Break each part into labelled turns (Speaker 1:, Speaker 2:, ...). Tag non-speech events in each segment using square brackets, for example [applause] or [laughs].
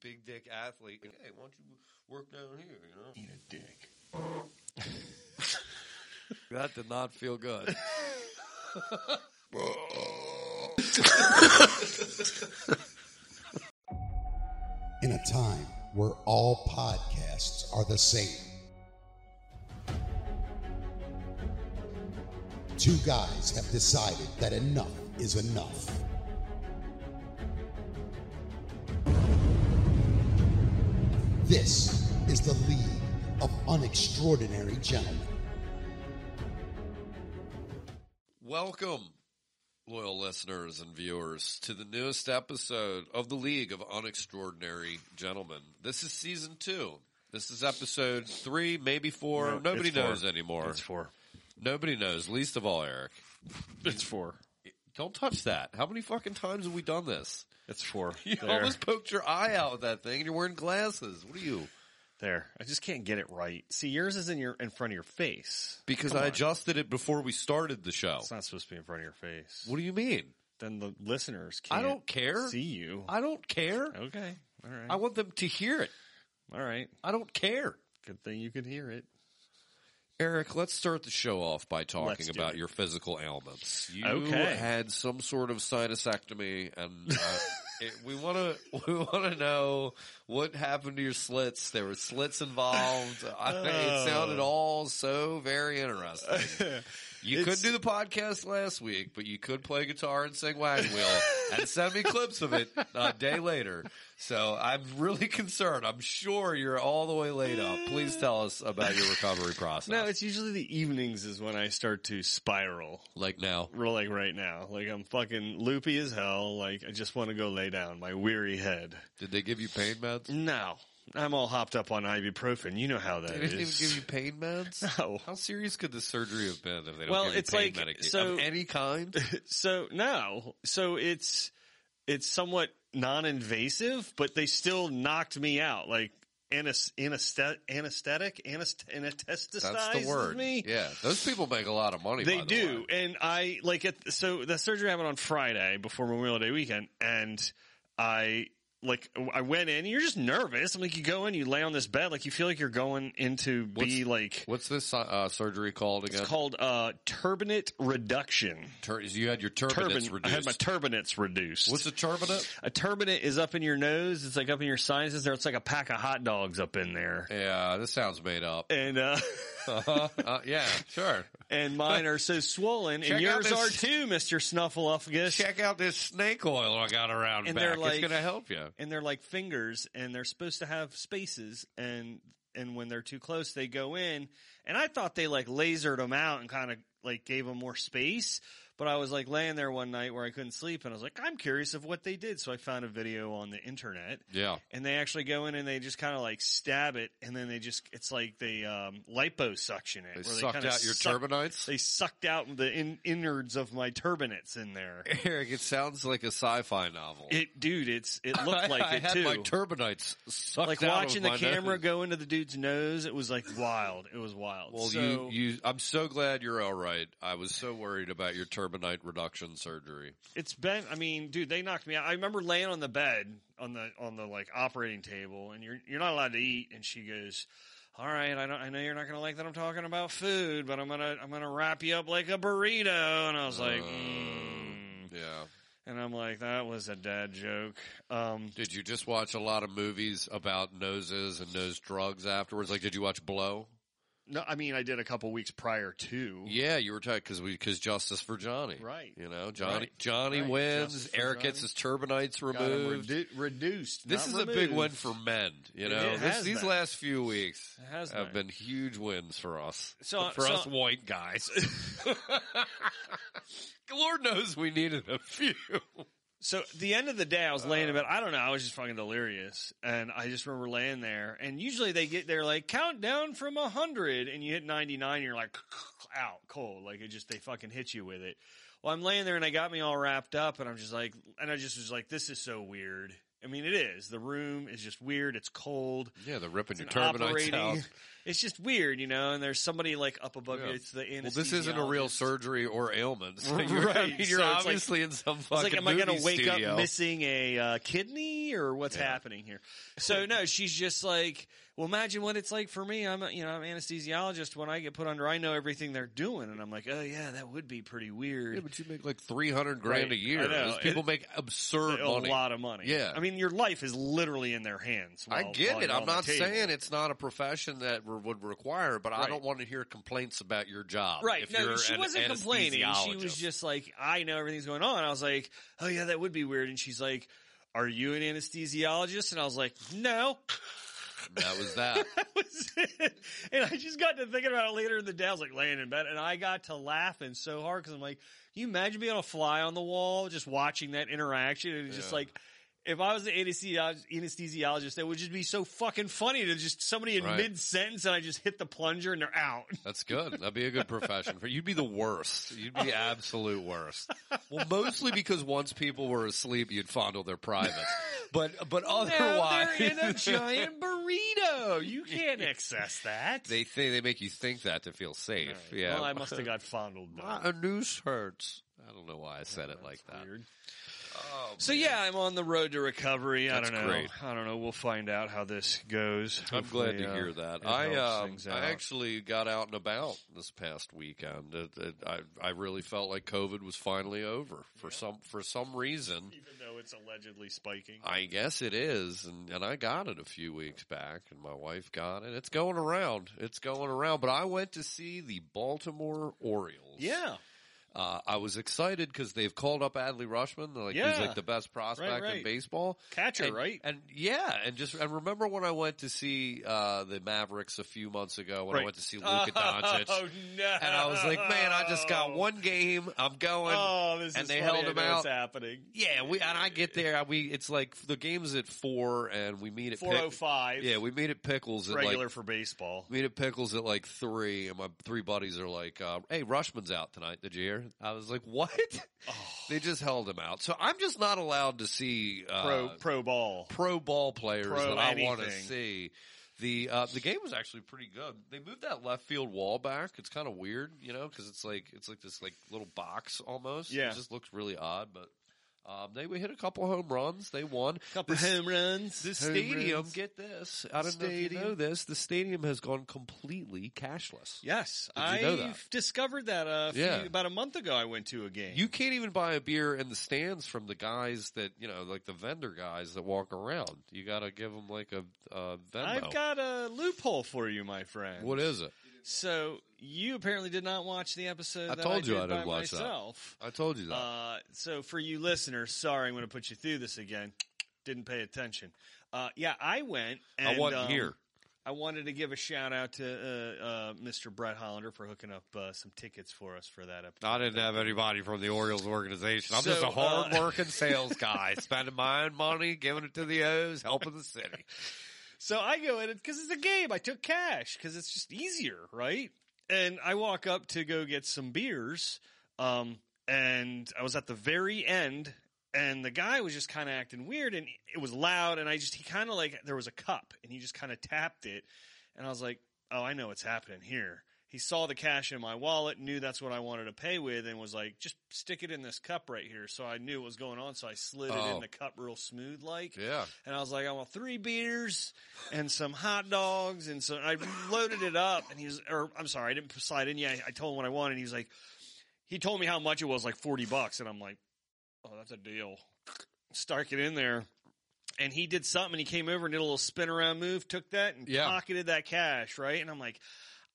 Speaker 1: big dick athlete. Hey, why don't you work down here? You know,
Speaker 2: Eat a dick.
Speaker 3: That did not feel
Speaker 4: [laughs]
Speaker 3: good.
Speaker 5: in a time where all podcasts are the same. Two guys have decided that enough is enough. This is the League of Unextraordinary Gentlemen.
Speaker 3: Welcome, loyal listeners and viewers, to the newest episode of the League of Unextraordinary Gentlemen. This is season two. This is episode three, maybe four.
Speaker 4: No,
Speaker 3: Nobody
Speaker 4: it's four.
Speaker 3: knows anymore.
Speaker 4: It's four.
Speaker 3: Nobody knows, least of all Eric.
Speaker 4: [laughs] It's four.
Speaker 3: Don't touch that. How many fucking times have we done this?
Speaker 4: It's [laughs] four.
Speaker 3: You
Speaker 4: there.
Speaker 3: almost poked your eye out with that thing, and you're wearing glasses. What are you?
Speaker 4: there. I just can't get it right. See, yours is in your in front of your face.
Speaker 3: Because I adjusted it before we started the show.
Speaker 4: It's not supposed to be in front of your face.
Speaker 3: What do you mean?
Speaker 4: Then the listeners can't.
Speaker 3: I don't care.
Speaker 4: See you.
Speaker 3: I don't care.
Speaker 4: okay. All right.
Speaker 3: I want them to hear it.
Speaker 4: All right.
Speaker 3: I don't care.
Speaker 4: Good thing you could hear it.
Speaker 3: Eric, let's start the show off by talking
Speaker 4: Let's do
Speaker 3: about
Speaker 4: it.
Speaker 3: your physical ailments. You
Speaker 4: Okay.
Speaker 3: had some sort of sinusectomy, and
Speaker 4: [laughs]
Speaker 3: uh, it, we want to [laughs] we want to know what happened to your slits. There were slits involved. I,
Speaker 4: Oh.
Speaker 3: It sounded all so very interesting.
Speaker 4: [laughs]
Speaker 3: You couldn't do the podcast last week, but you could play guitar and sing Wagon Wheel
Speaker 4: [laughs]
Speaker 3: and send me clips of it a day later. So I'm really [laughs] concerned. I'm sure you're all the way laid up. Please tell us about your recovery process.
Speaker 4: No, it's usually the evenings is when I start to spiral.
Speaker 3: like now.
Speaker 4: Real like right now. Like I'm fucking loopy as hell. Like I just want to go lay down. My weary head.
Speaker 3: Did they give you pain meds?
Speaker 4: No. I'm all hopped up on ibuprofen. You know how that
Speaker 3: [laughs] They
Speaker 4: is.
Speaker 3: didn't even give you pain meds?
Speaker 4: No.
Speaker 3: [laughs] How serious could the surgery have been if they don't
Speaker 4: Well,
Speaker 3: give you
Speaker 4: it's
Speaker 3: pain
Speaker 4: like-
Speaker 3: medication
Speaker 4: so-
Speaker 3: of any kind?
Speaker 4: [laughs] So no, so it's it's somewhat non-invasive, but they still knocked me out. Like anes- anesthet- anesthetic, anest- anesthetized
Speaker 3: That's the word.
Speaker 4: me.
Speaker 3: Yeah. Those people make a lot of money.
Speaker 4: They
Speaker 3: by the
Speaker 4: do,
Speaker 3: way.
Speaker 4: and I like it. So the surgery happened on Friday before Memorial Day weekend, and I like I went in. And you're just nervous. I'm like, you go in, you lay on this bed, like you feel like you're going into be like
Speaker 3: What's this uh, surgery called again?
Speaker 4: it's called uh turbinate reduction.
Speaker 3: Tur- you had your turbinates
Speaker 4: Turbin. I
Speaker 3: reduced.
Speaker 4: had my turbinates reduced.
Speaker 3: What's a turbinate?
Speaker 4: A turbinate is up in your nose. It's like up in your sinuses. There, it's like a pack of hot dogs up in there.
Speaker 3: Yeah, this sounds made up.
Speaker 4: And uh,
Speaker 3: Uh-huh. [laughs] Uh, yeah, sure.
Speaker 4: [laughs] and mine are so swollen,
Speaker 3: Check out
Speaker 4: and yours
Speaker 3: this-
Speaker 4: are too, Mister Snuffleupagus.
Speaker 3: Check out this snake oil I got around
Speaker 4: And
Speaker 3: back.
Speaker 4: they're
Speaker 3: it's
Speaker 4: like-
Speaker 3: going to help you.
Speaker 4: And they're like fingers, and they're supposed to have spaces, and and when they're too close, they go in. And I thought they like lasered them out and kind of like gave them more space. But I was like laying there one night where I couldn't sleep, and I was like, I'm curious of what they did. So I found a video on the internet.
Speaker 3: Yeah.
Speaker 4: and they actually go in and they just kind of like stab it, and then they just it's like they um, liposuction it.
Speaker 3: They
Speaker 4: where
Speaker 3: sucked
Speaker 4: kinda
Speaker 3: out your
Speaker 4: suck-
Speaker 3: turbinates.
Speaker 4: They sucked out the in, innards of my turbinates
Speaker 3: [laughs]
Speaker 4: in there.
Speaker 3: [laughs] Eric, it sounds like a sci-fi novel.
Speaker 4: It, dude, it's it looked like
Speaker 3: I
Speaker 4: it
Speaker 3: had
Speaker 4: too.
Speaker 3: my turbinates sucked
Speaker 4: like
Speaker 3: out of
Speaker 4: watching the
Speaker 3: my
Speaker 4: camera
Speaker 3: nose.
Speaker 4: go into the dude's nose, it was like wild. It was wild.
Speaker 3: Well,
Speaker 4: so,
Speaker 3: you, you, I'm so glad you're all right. I was so worried about your turbinate reduction surgery.
Speaker 4: it's been i mean dude they knocked me out i remember laying on the bed on the on the like operating table and you're you're not allowed to eat and she goes all right i don't i know you're not gonna like that i'm talking about food but i'm gonna i'm gonna wrap you up like a burrito and i was like
Speaker 3: Oh.
Speaker 4: mm.
Speaker 3: Yeah.
Speaker 4: and i'm like that was a dad joke um
Speaker 3: Did you just watch a lot of movies about noses and nose drugs afterwards? Like, did you watch Blow?
Speaker 4: no i mean i did a couple weeks prior to
Speaker 3: Yeah, you were talking because we because justice for Johnny,
Speaker 4: Right.
Speaker 3: You know, Johnny
Speaker 4: Right.
Speaker 3: Johnny
Speaker 4: Right.
Speaker 3: wins.
Speaker 4: Justice for
Speaker 3: Eric
Speaker 4: Johnny.
Speaker 3: gets his turbinates
Speaker 4: Got 'em
Speaker 3: removed.
Speaker 4: redu- reduced
Speaker 3: this is
Speaker 4: not
Speaker 3: a big
Speaker 4: removed.
Speaker 3: win for men. You know,
Speaker 4: It
Speaker 3: This-
Speaker 4: has
Speaker 3: these
Speaker 4: been.
Speaker 3: last few weeks
Speaker 4: It has
Speaker 3: have
Speaker 4: been.
Speaker 3: been huge wins for us.
Speaker 4: So-
Speaker 3: for
Speaker 4: so-
Speaker 3: us white guys, [laughs] Lord knows we needed a few.
Speaker 4: So at the end of the day, I was laying in
Speaker 3: Uh.
Speaker 4: bed. I don't know. I was just fucking delirious, and I just remember laying there. And usually they get they're like count down from hundred, and you hit ninety nine. You're like [laughs] out cold, like it just they fucking hit you with it. Well, I'm laying there, and they got me all wrapped up, and I'm just like, and I just was like, this is so weird. I mean, it is. The room is just weird. It's cold.
Speaker 3: Yeah, they're ripping
Speaker 4: It's
Speaker 3: your
Speaker 4: an
Speaker 3: turbinites
Speaker 4: [laughs]
Speaker 3: out.
Speaker 4: It's just weird, you know. And there's somebody like up above
Speaker 3: Yeah.
Speaker 4: you. It's the
Speaker 3: Well, this isn't a real
Speaker 4: anesthesiologist.
Speaker 3: surgery or ailment. [laughs] So you're, I
Speaker 4: Right,
Speaker 3: mean, you're
Speaker 4: so it's like-
Speaker 3: obviously in some
Speaker 4: It's
Speaker 3: fucking
Speaker 4: like, am I going
Speaker 3: movie
Speaker 4: to wake
Speaker 3: studio.
Speaker 4: up missing a uh, kidney or what's
Speaker 3: Yeah.
Speaker 4: happening here? So
Speaker 3: [laughs]
Speaker 4: no, she's just like, well, imagine what it's like for me. I'm, a, you know, I'm an anesthesiologist. When I get put under, I know everything they're doing, and I'm like, oh yeah, that would be pretty weird.
Speaker 3: Yeah, but you make like three hundred grand a
Speaker 4: Right,
Speaker 3: year.
Speaker 4: I know.
Speaker 3: Those people
Speaker 4: It-
Speaker 3: make absurd
Speaker 4: a
Speaker 3: money.
Speaker 4: lot of money.
Speaker 3: Yeah.
Speaker 4: I mean, your life is literally in their hands.
Speaker 3: I
Speaker 4: while-
Speaker 3: get
Speaker 4: while
Speaker 3: it.
Speaker 4: you're
Speaker 3: I'm
Speaker 4: on the
Speaker 3: not
Speaker 4: table.
Speaker 3: saying it's not a profession that re- would require, but I
Speaker 4: Right.
Speaker 3: don't want to hear complaints about your job.
Speaker 4: Right.
Speaker 3: if
Speaker 4: No,
Speaker 3: you're
Speaker 4: she
Speaker 3: an
Speaker 4: wasn't complaining. She was
Speaker 3: anesthesiologist.
Speaker 4: just like, I know everything's going on. I was like, oh yeah, that would be weird. And she's like, are you an anesthesiologist? And I was like, no.
Speaker 3: that was
Speaker 4: [laughs]
Speaker 3: that.
Speaker 4: That was it. And I just got to thinking about it later in the day. I was like laying in bed and I got to laughing so hard because I'm like, can you imagine being a fly on the wall just watching that interaction? It was just
Speaker 3: Yeah.
Speaker 4: like, if I was an anesthesiologist, anesthesiologist, that would just be so fucking funny to just somebody in
Speaker 3: Right.
Speaker 4: mid sentence and I just hit the plunger and they're out.
Speaker 3: That's good. That'd be a good profession. for You'd be the worst. You'd be absolute worst. Well, mostly because once people were asleep, you'd fondle their privates. But but otherwise,
Speaker 4: Now [laughs] they're in a giant burrito. You can't [laughs] access that.
Speaker 3: They say they make you think that to feel safe.
Speaker 4: All right.
Speaker 3: Yeah.
Speaker 4: [laughs] Well, I
Speaker 3: [laughs]
Speaker 4: must have got fondled. by
Speaker 3: My noose hurts. I don't know why I said it like that.
Speaker 4: Weird.
Speaker 3: Oh,
Speaker 4: so yeah, I'm on the road to recovery. I
Speaker 3: That's
Speaker 4: don't know.
Speaker 3: great.
Speaker 4: I don't know. We'll find out how this goes.
Speaker 3: I'm glad
Speaker 4: Hopefully,
Speaker 3: to
Speaker 4: uh,
Speaker 3: hear that.
Speaker 4: it
Speaker 3: I
Speaker 4: helps
Speaker 3: um,
Speaker 4: things
Speaker 3: I
Speaker 4: out.
Speaker 3: actually got out and about this past weekend. It, it, I I really felt like COVID was finally over for some for some reason.
Speaker 4: even though it's allegedly spiking.
Speaker 3: I guess it is, and, and I got it a few weeks back, and my wife got it. It's going around. It's going around. But I went to see the Baltimore Orioles.
Speaker 4: yeah,
Speaker 3: Uh, I was excited because they've called up Adley Rushman. They're Like he's
Speaker 4: Yeah.
Speaker 3: like the best prospect in
Speaker 4: right.
Speaker 3: baseball.
Speaker 4: catcher,
Speaker 3: and,
Speaker 4: right?
Speaker 3: And yeah, and just and remember when I went to see uh, the Mavericks a few months ago when I
Speaker 4: Right.
Speaker 3: went to see Luka [laughs]
Speaker 4: [laughs]
Speaker 3: Doncic,
Speaker 4: Oh no!
Speaker 3: and I was like, man, I just got one game. I'm going.
Speaker 4: Oh, this
Speaker 3: and
Speaker 4: is
Speaker 3: they
Speaker 4: funny.
Speaker 3: held
Speaker 4: I
Speaker 3: him
Speaker 4: know
Speaker 3: out.
Speaker 4: it's happening.
Speaker 3: Yeah, we and I get there. I- We it's like the game's at four, and we meet at Pick-
Speaker 4: Four oh five.
Speaker 3: Yeah, we meet at Pickles at
Speaker 4: regular
Speaker 3: like
Speaker 4: for baseball.
Speaker 3: meet at Pickles at like three, and my three buddies are like, uh, "Hey, Rushman's out tonight. Did you hear?" I was like, "What?" [laughs]
Speaker 4: Oh.
Speaker 3: They just held him out, so I'm just not allowed to see uh,
Speaker 4: pro pro ball.
Speaker 3: pro ball players
Speaker 4: Pro
Speaker 3: that I want to
Speaker 4: anything.
Speaker 3: see. The uh, the game was actually pretty good. They moved that left field wall back. It's kind of weird, you know, because it's like it's like this like little box almost.
Speaker 4: Yeah.
Speaker 3: it just looks really odd. But um, they we hit a couple home runs. They won.
Speaker 4: Couple
Speaker 3: This-
Speaker 4: home runs.
Speaker 3: This
Speaker 4: home
Speaker 3: stadium,
Speaker 4: runs.
Speaker 3: get this. I don't know if you
Speaker 4: Stadium.
Speaker 3: know this. The stadium has gone completely cashless.
Speaker 4: Yes,
Speaker 3: Did you know
Speaker 4: I've
Speaker 3: that?
Speaker 4: discovered that uh, a few-
Speaker 3: Yeah.
Speaker 4: about a month ago. I went to a game.
Speaker 3: You can't even buy a beer in the stands from the guys that you know, like the vendor guys that walk around. You got to give them like a, a Venmo.
Speaker 4: I've got a loophole for you, my friend.
Speaker 3: what is it?
Speaker 4: So you apparently did not watch the episode.
Speaker 3: I
Speaker 4: that
Speaker 3: told you
Speaker 4: did
Speaker 3: I didn't
Speaker 4: by
Speaker 3: watch that.
Speaker 4: myself.
Speaker 3: I told you that.
Speaker 4: Uh, so for you listeners, sorry, I'm going to put you through this again. Didn't pay attention. Uh, yeah, I went. And,
Speaker 3: I wasn't
Speaker 4: um,
Speaker 3: here.
Speaker 4: I wanted to give a shout out to uh, uh, Mr. Brett Hollander for hooking up uh, some tickets for us for that episode.
Speaker 3: I didn't have anybody from the Orioles organization. I'm just
Speaker 4: So,
Speaker 3: a
Speaker 4: uh,
Speaker 3: hard-working
Speaker 4: [laughs]
Speaker 3: sales guy, spending my own money, giving it to the O's, helping the city.
Speaker 4: So I go in because it's a game. I took cash because it's just easier, right? And I walk up to go get some beers, um, and I was at the very end, and the guy was just kind of acting weird, and it was loud, and I just he kind of like there was a cup, and he just kind of tapped it, and I was like, oh, I know what's happening here. He saw the cash in my wallet, knew that's what I wanted to pay with, and was like, just stick it in this cup right here. So I knew what was going on, so I slid it
Speaker 3: Oh.
Speaker 4: in the cup real smooth like.
Speaker 3: Yeah.
Speaker 4: And I was like, I want three beers and some hot dogs. And so I loaded it up and he was, or I'm sorry, I didn't slide in. Yeah. I told him what I wanted. And he was like, he told me how much it was, like 40 bucks. And I'm like, oh, that's a deal. Stark it in there. And he did something and he came over and did a little spin around move, took that and
Speaker 3: Yeah.
Speaker 4: pocketed that cash. Right. And I'm like,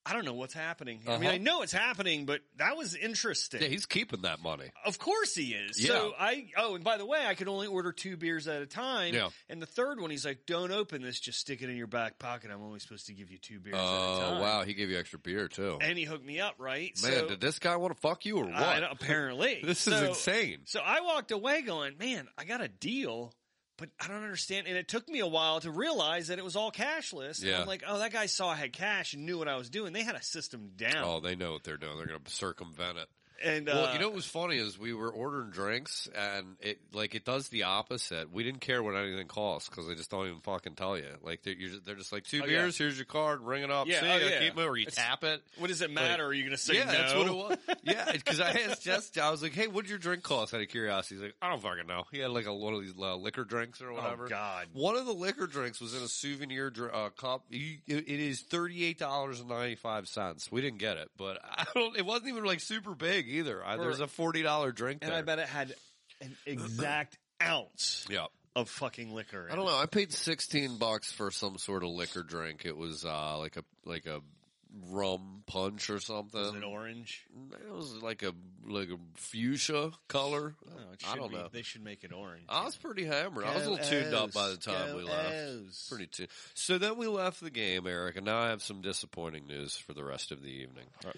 Speaker 4: I don't know what's happening. here. I mean,
Speaker 3: Uh-huh.
Speaker 4: I know it's happening, but that was interesting.
Speaker 3: Yeah, he's keeping that money.
Speaker 4: Of course he is.
Speaker 3: Yeah.
Speaker 4: So I oh, and by the way, I could only order two beers at a time.
Speaker 3: Yeah.
Speaker 4: And the third one, he's like, "Don't open this. Just stick it in your back pocket. I'm only supposed to give you two beers at a
Speaker 3: Oh
Speaker 4: time."
Speaker 3: wow, he gave you extra beer too.
Speaker 4: And he hooked me up, right?
Speaker 3: Man,
Speaker 4: so,
Speaker 3: did this guy want to fuck you or what? [laughs]
Speaker 4: I don't- apparently,
Speaker 3: This
Speaker 4: So-
Speaker 3: is insane.
Speaker 4: So I walked away going, "Man, I got a deal." But I don't understand, and it took me a while to realize that it was all cashless. And
Speaker 3: Yeah.
Speaker 4: I'm like, oh, that guy saw I had cash and knew what I was doing. They had a system down.
Speaker 3: Oh, they know what they're doing. They're going to circumvent it.
Speaker 4: And
Speaker 3: Well,
Speaker 4: uh,
Speaker 3: you know what was funny is we were ordering drinks and it like it does the opposite. We didn't care what anything costs because they just don't even fucking tell you. Like they're, you're, they're just like two
Speaker 4: Oh, yeah.
Speaker 3: beers, here's your card, ring it up,
Speaker 4: Yeah,
Speaker 3: see
Speaker 4: oh,
Speaker 3: ya,
Speaker 4: yeah.
Speaker 3: keep moving, or you
Speaker 4: It's-
Speaker 3: tap it.
Speaker 4: what does it matter? Are you going to say
Speaker 3: yeah,
Speaker 4: no?
Speaker 3: that's what it was. Yeah, because I asked Jess, I was like, "Hey, what'd your drink cost?" Out of curiosity, he's like, "I don't fucking know." He had like a one of these uh, liquor drinks or whatever.
Speaker 4: Oh God.
Speaker 3: One of the liquor drinks was in a souvenir dr- uh, cup. You, it it is thirty eight dollars and ninety five cents. We didn't get it, but [laughs] I don't. It wasn't even like super big either. I, there's
Speaker 4: For-
Speaker 3: a forty dollar drink
Speaker 4: And
Speaker 3: there.
Speaker 4: I bet it had an exact ounce
Speaker 3: yeah,
Speaker 4: of fucking liquor. in
Speaker 3: I don't
Speaker 4: it.
Speaker 3: know. I paid sixteen bucks for some sort of liquor drink. It was uh, like a like a rum punch or something.
Speaker 4: Was it orange?
Speaker 3: It was like a like a fuchsia color.
Speaker 4: No, Oh, it
Speaker 3: I
Speaker 4: should
Speaker 3: don't
Speaker 4: be-
Speaker 3: know.
Speaker 4: They should make it orange.
Speaker 3: I was pretty hammered. I was a little tuned up by the time we left. Pretty tuned. So then we left the game, Eric, and now I have some disappointing news for the rest of the evening.
Speaker 4: Uh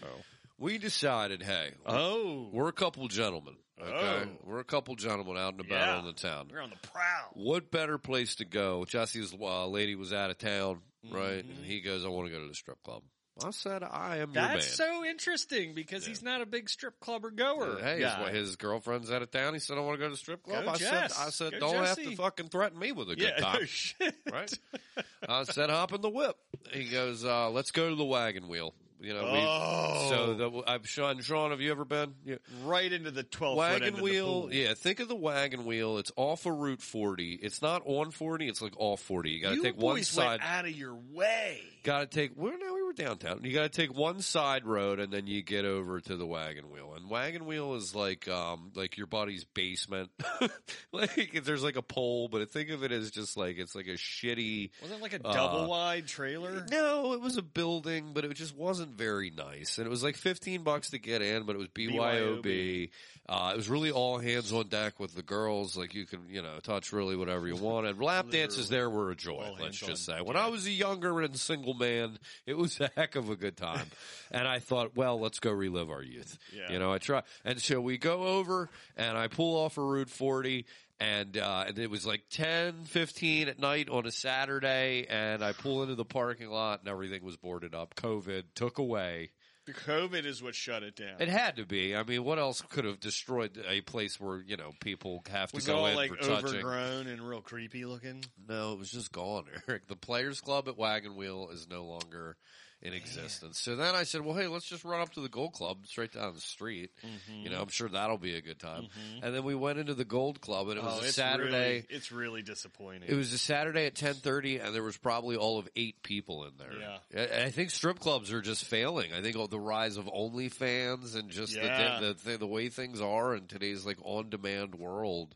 Speaker 3: We decided, hey,
Speaker 4: oh.
Speaker 3: we're a couple gentlemen. Okay,
Speaker 4: Oh.
Speaker 3: we're a couple gentlemen out and about
Speaker 4: Yeah.
Speaker 3: on the town.
Speaker 4: We're on the prowl.
Speaker 3: What better place to go? Jesse's uh, lady was out of town, right?
Speaker 4: Mhm.
Speaker 3: And he goes, "I want to go to the strip club." I said, "I am your man."
Speaker 4: That's so interesting because he's not a big strip clubber goer.
Speaker 3: Hey, his,
Speaker 4: guy.
Speaker 3: his girlfriend's out of town. He said, "I want to go to the strip club."
Speaker 4: Go
Speaker 3: I
Speaker 4: Jess.
Speaker 3: said, "I said,
Speaker 4: Go
Speaker 3: don't have
Speaker 4: Jesse.
Speaker 3: to fucking threaten me with a good
Speaker 4: yeah.
Speaker 3: time,
Speaker 4: [laughs] shit.
Speaker 3: right?" I said, "Hop in the whip." He goes, uh, "Let's go to the wagon wheel." You know, we,
Speaker 4: Oh.
Speaker 3: so the, I'm Sean. Sean, have you ever been? Yeah.
Speaker 4: right into the 12 foot end
Speaker 3: Wagon
Speaker 4: of
Speaker 3: wheel,
Speaker 4: The pool.
Speaker 3: yeah. Think of the wagon wheel. It's off of Route 40. It's not on 40. It's like off 40. You got to
Speaker 4: you
Speaker 3: take
Speaker 4: boys
Speaker 3: one side.
Speaker 4: went out of your way.
Speaker 3: Got to take. Well, no, we were downtown. You got to take one side road, and then you get over to the wagon wheel. And wagon wheel is like, um, like your buddy's basement. [laughs] like if there's like a pole, but think of it as just like it's like a shitty.
Speaker 4: Wasn't it like a
Speaker 3: Uh,
Speaker 4: double wide trailer?
Speaker 3: No, it was a building, but it just wasn't very nice. And it was like 15 bucks to get in, but it was BYOB. Uh, it was really all hands on deck with the girls. Like you can, you know, touch really whatever you want. And lap dances
Speaker 4: Literally.
Speaker 3: there were a joy,
Speaker 4: All
Speaker 3: let's
Speaker 4: hands
Speaker 3: just
Speaker 4: on
Speaker 3: say. When I was a younger and single man, it was a heck of a good time.
Speaker 4: [laughs]
Speaker 3: and I thought, well, let's go relive our youth.
Speaker 4: Yeah.
Speaker 3: You know, I try. And so we go over and I pull off a Route 40 and, uh, and it was like 10, 15 at night on a Saturday and I pull into the parking lot and everything was boarded up. COVID took away.
Speaker 4: The COVID is what shut it down.
Speaker 3: It had to be. I mean, what else could have destroyed a place where, you know, people have to
Speaker 4: was it
Speaker 3: go
Speaker 4: all
Speaker 3: in
Speaker 4: like
Speaker 3: for touching?
Speaker 4: overgrown and real creepy looking?
Speaker 3: No, it was just gone, [laughs] Eric. The Players Club at Wagon Wheel is no longer in existence. So then I said, well, hey, let's just run up to the Gold Club. It's right down the street.
Speaker 4: Mm-hmm.
Speaker 3: You know, I'm sure that'll be a good time. And then we went into the Gold Club, and it was
Speaker 4: oh,
Speaker 3: a
Speaker 4: it's
Speaker 3: Saturday.
Speaker 4: Really, it's really disappointing.
Speaker 3: It was a Saturday at ten thirty, and there was probably all of eight people in there.
Speaker 4: Yeah.
Speaker 3: I, I think strip clubs are just failing. I think all the rise of OnlyFans and just
Speaker 4: Yeah.
Speaker 3: the, the, the the way things are in today's like on demand world.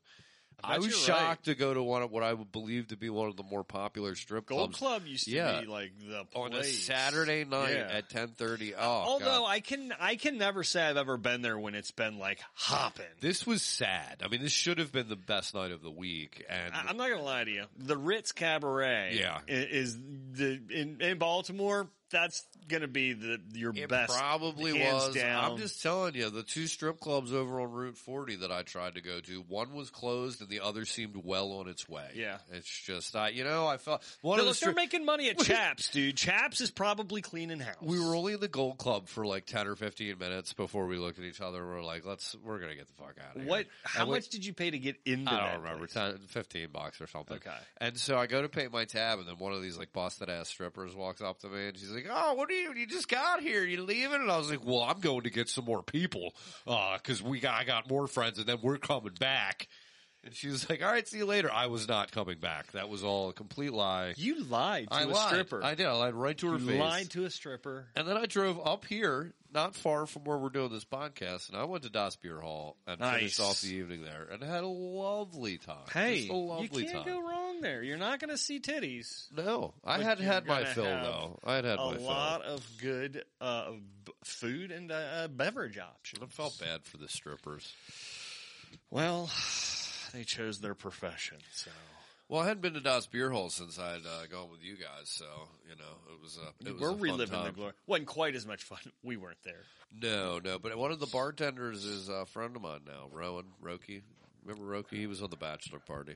Speaker 4: bet
Speaker 3: I was
Speaker 4: you're
Speaker 3: shocked to go to one of what I would believe to be one of the more popular strip
Speaker 4: Gold
Speaker 3: clubs
Speaker 4: Club used to
Speaker 3: Yeah.
Speaker 4: be like the
Speaker 3: on a
Speaker 4: place.
Speaker 3: Saturday night
Speaker 4: Yeah.
Speaker 3: at ten thirty. Oh,
Speaker 4: Although
Speaker 3: God.
Speaker 4: I can I can never say I've ever been there when it's been like hopping.
Speaker 3: this was sad. I mean, this should have been the best night of the week, and
Speaker 4: I- I'm not gonna lie to you. The Ritz Cabaret,
Speaker 3: Yeah.
Speaker 4: i- is the in, in Baltimore. That's gonna be the your
Speaker 3: It
Speaker 4: best.
Speaker 3: probably
Speaker 4: hands
Speaker 3: was.
Speaker 4: down.
Speaker 3: I'm just telling you, the two strip clubs over on Route 40 that I tried to go to, one was closed and the other seemed well on its way.
Speaker 4: Yeah.
Speaker 3: it's just I, you know, I felt one
Speaker 4: No,
Speaker 3: of the
Speaker 4: look, they're
Speaker 3: stri-
Speaker 4: making money at Chaps, dude. Chaps is probably cleaning house.
Speaker 3: we were only in the Gold Club for like ten or fifteen minutes before we looked at each other. and We're like, let's, we're gonna get the fuck out of here.
Speaker 4: What? How
Speaker 3: And we-
Speaker 4: much did you pay to get into?
Speaker 3: I
Speaker 4: that
Speaker 3: don't remember,
Speaker 4: place?
Speaker 3: 10, 15 bucks or something.
Speaker 4: Okay.
Speaker 3: And so I go to pay my tab, and then one of these like busted ass strippers walks up to me, and she's like, "Oh, what are you? You just got here? You leaving?" And I was like, "Well, I'm going to get some more people, uh, because we got I got more friends, and then we're coming back." And she was like, "All right, see you later." I was not coming back. That was all a complete lie.
Speaker 4: You lied to
Speaker 3: I
Speaker 4: a
Speaker 3: lied.
Speaker 4: stripper.
Speaker 3: I did. I lied right to her
Speaker 4: you
Speaker 3: face.
Speaker 4: lied to a stripper.
Speaker 3: and then I drove up here, not far from where we're doing this podcast, and I went to Das Beer Hall and
Speaker 4: Nice.
Speaker 3: finished off the evening there, and had a lovely time.
Speaker 4: Hey,
Speaker 3: Just a lovely
Speaker 4: you can't
Speaker 3: time.
Speaker 4: go wrong there. You're not going to see titties.
Speaker 3: No, I
Speaker 4: But
Speaker 3: had
Speaker 4: you're
Speaker 3: had my
Speaker 4: gonna
Speaker 3: fill
Speaker 4: have
Speaker 3: though. I had had
Speaker 4: a
Speaker 3: my
Speaker 4: lot of good uh, b- food and uh, uh, beverage
Speaker 3: fill. I
Speaker 4: options.
Speaker 3: felt bad for the strippers.
Speaker 4: Well, [sighs] they chose their profession, so
Speaker 3: Well, I hadn't been to Das Beer Hall since I had uh, gone with you guys, so you know it was a. It was
Speaker 4: we're
Speaker 3: a fun
Speaker 4: reliving the
Speaker 3: time.
Speaker 4: glory. wasn't quite as much fun. [laughs] We weren't there.
Speaker 3: No, no, but one of the bartenders is a friend of mine now, Rowan Roki. Remember Roki? He was on the bachelor party.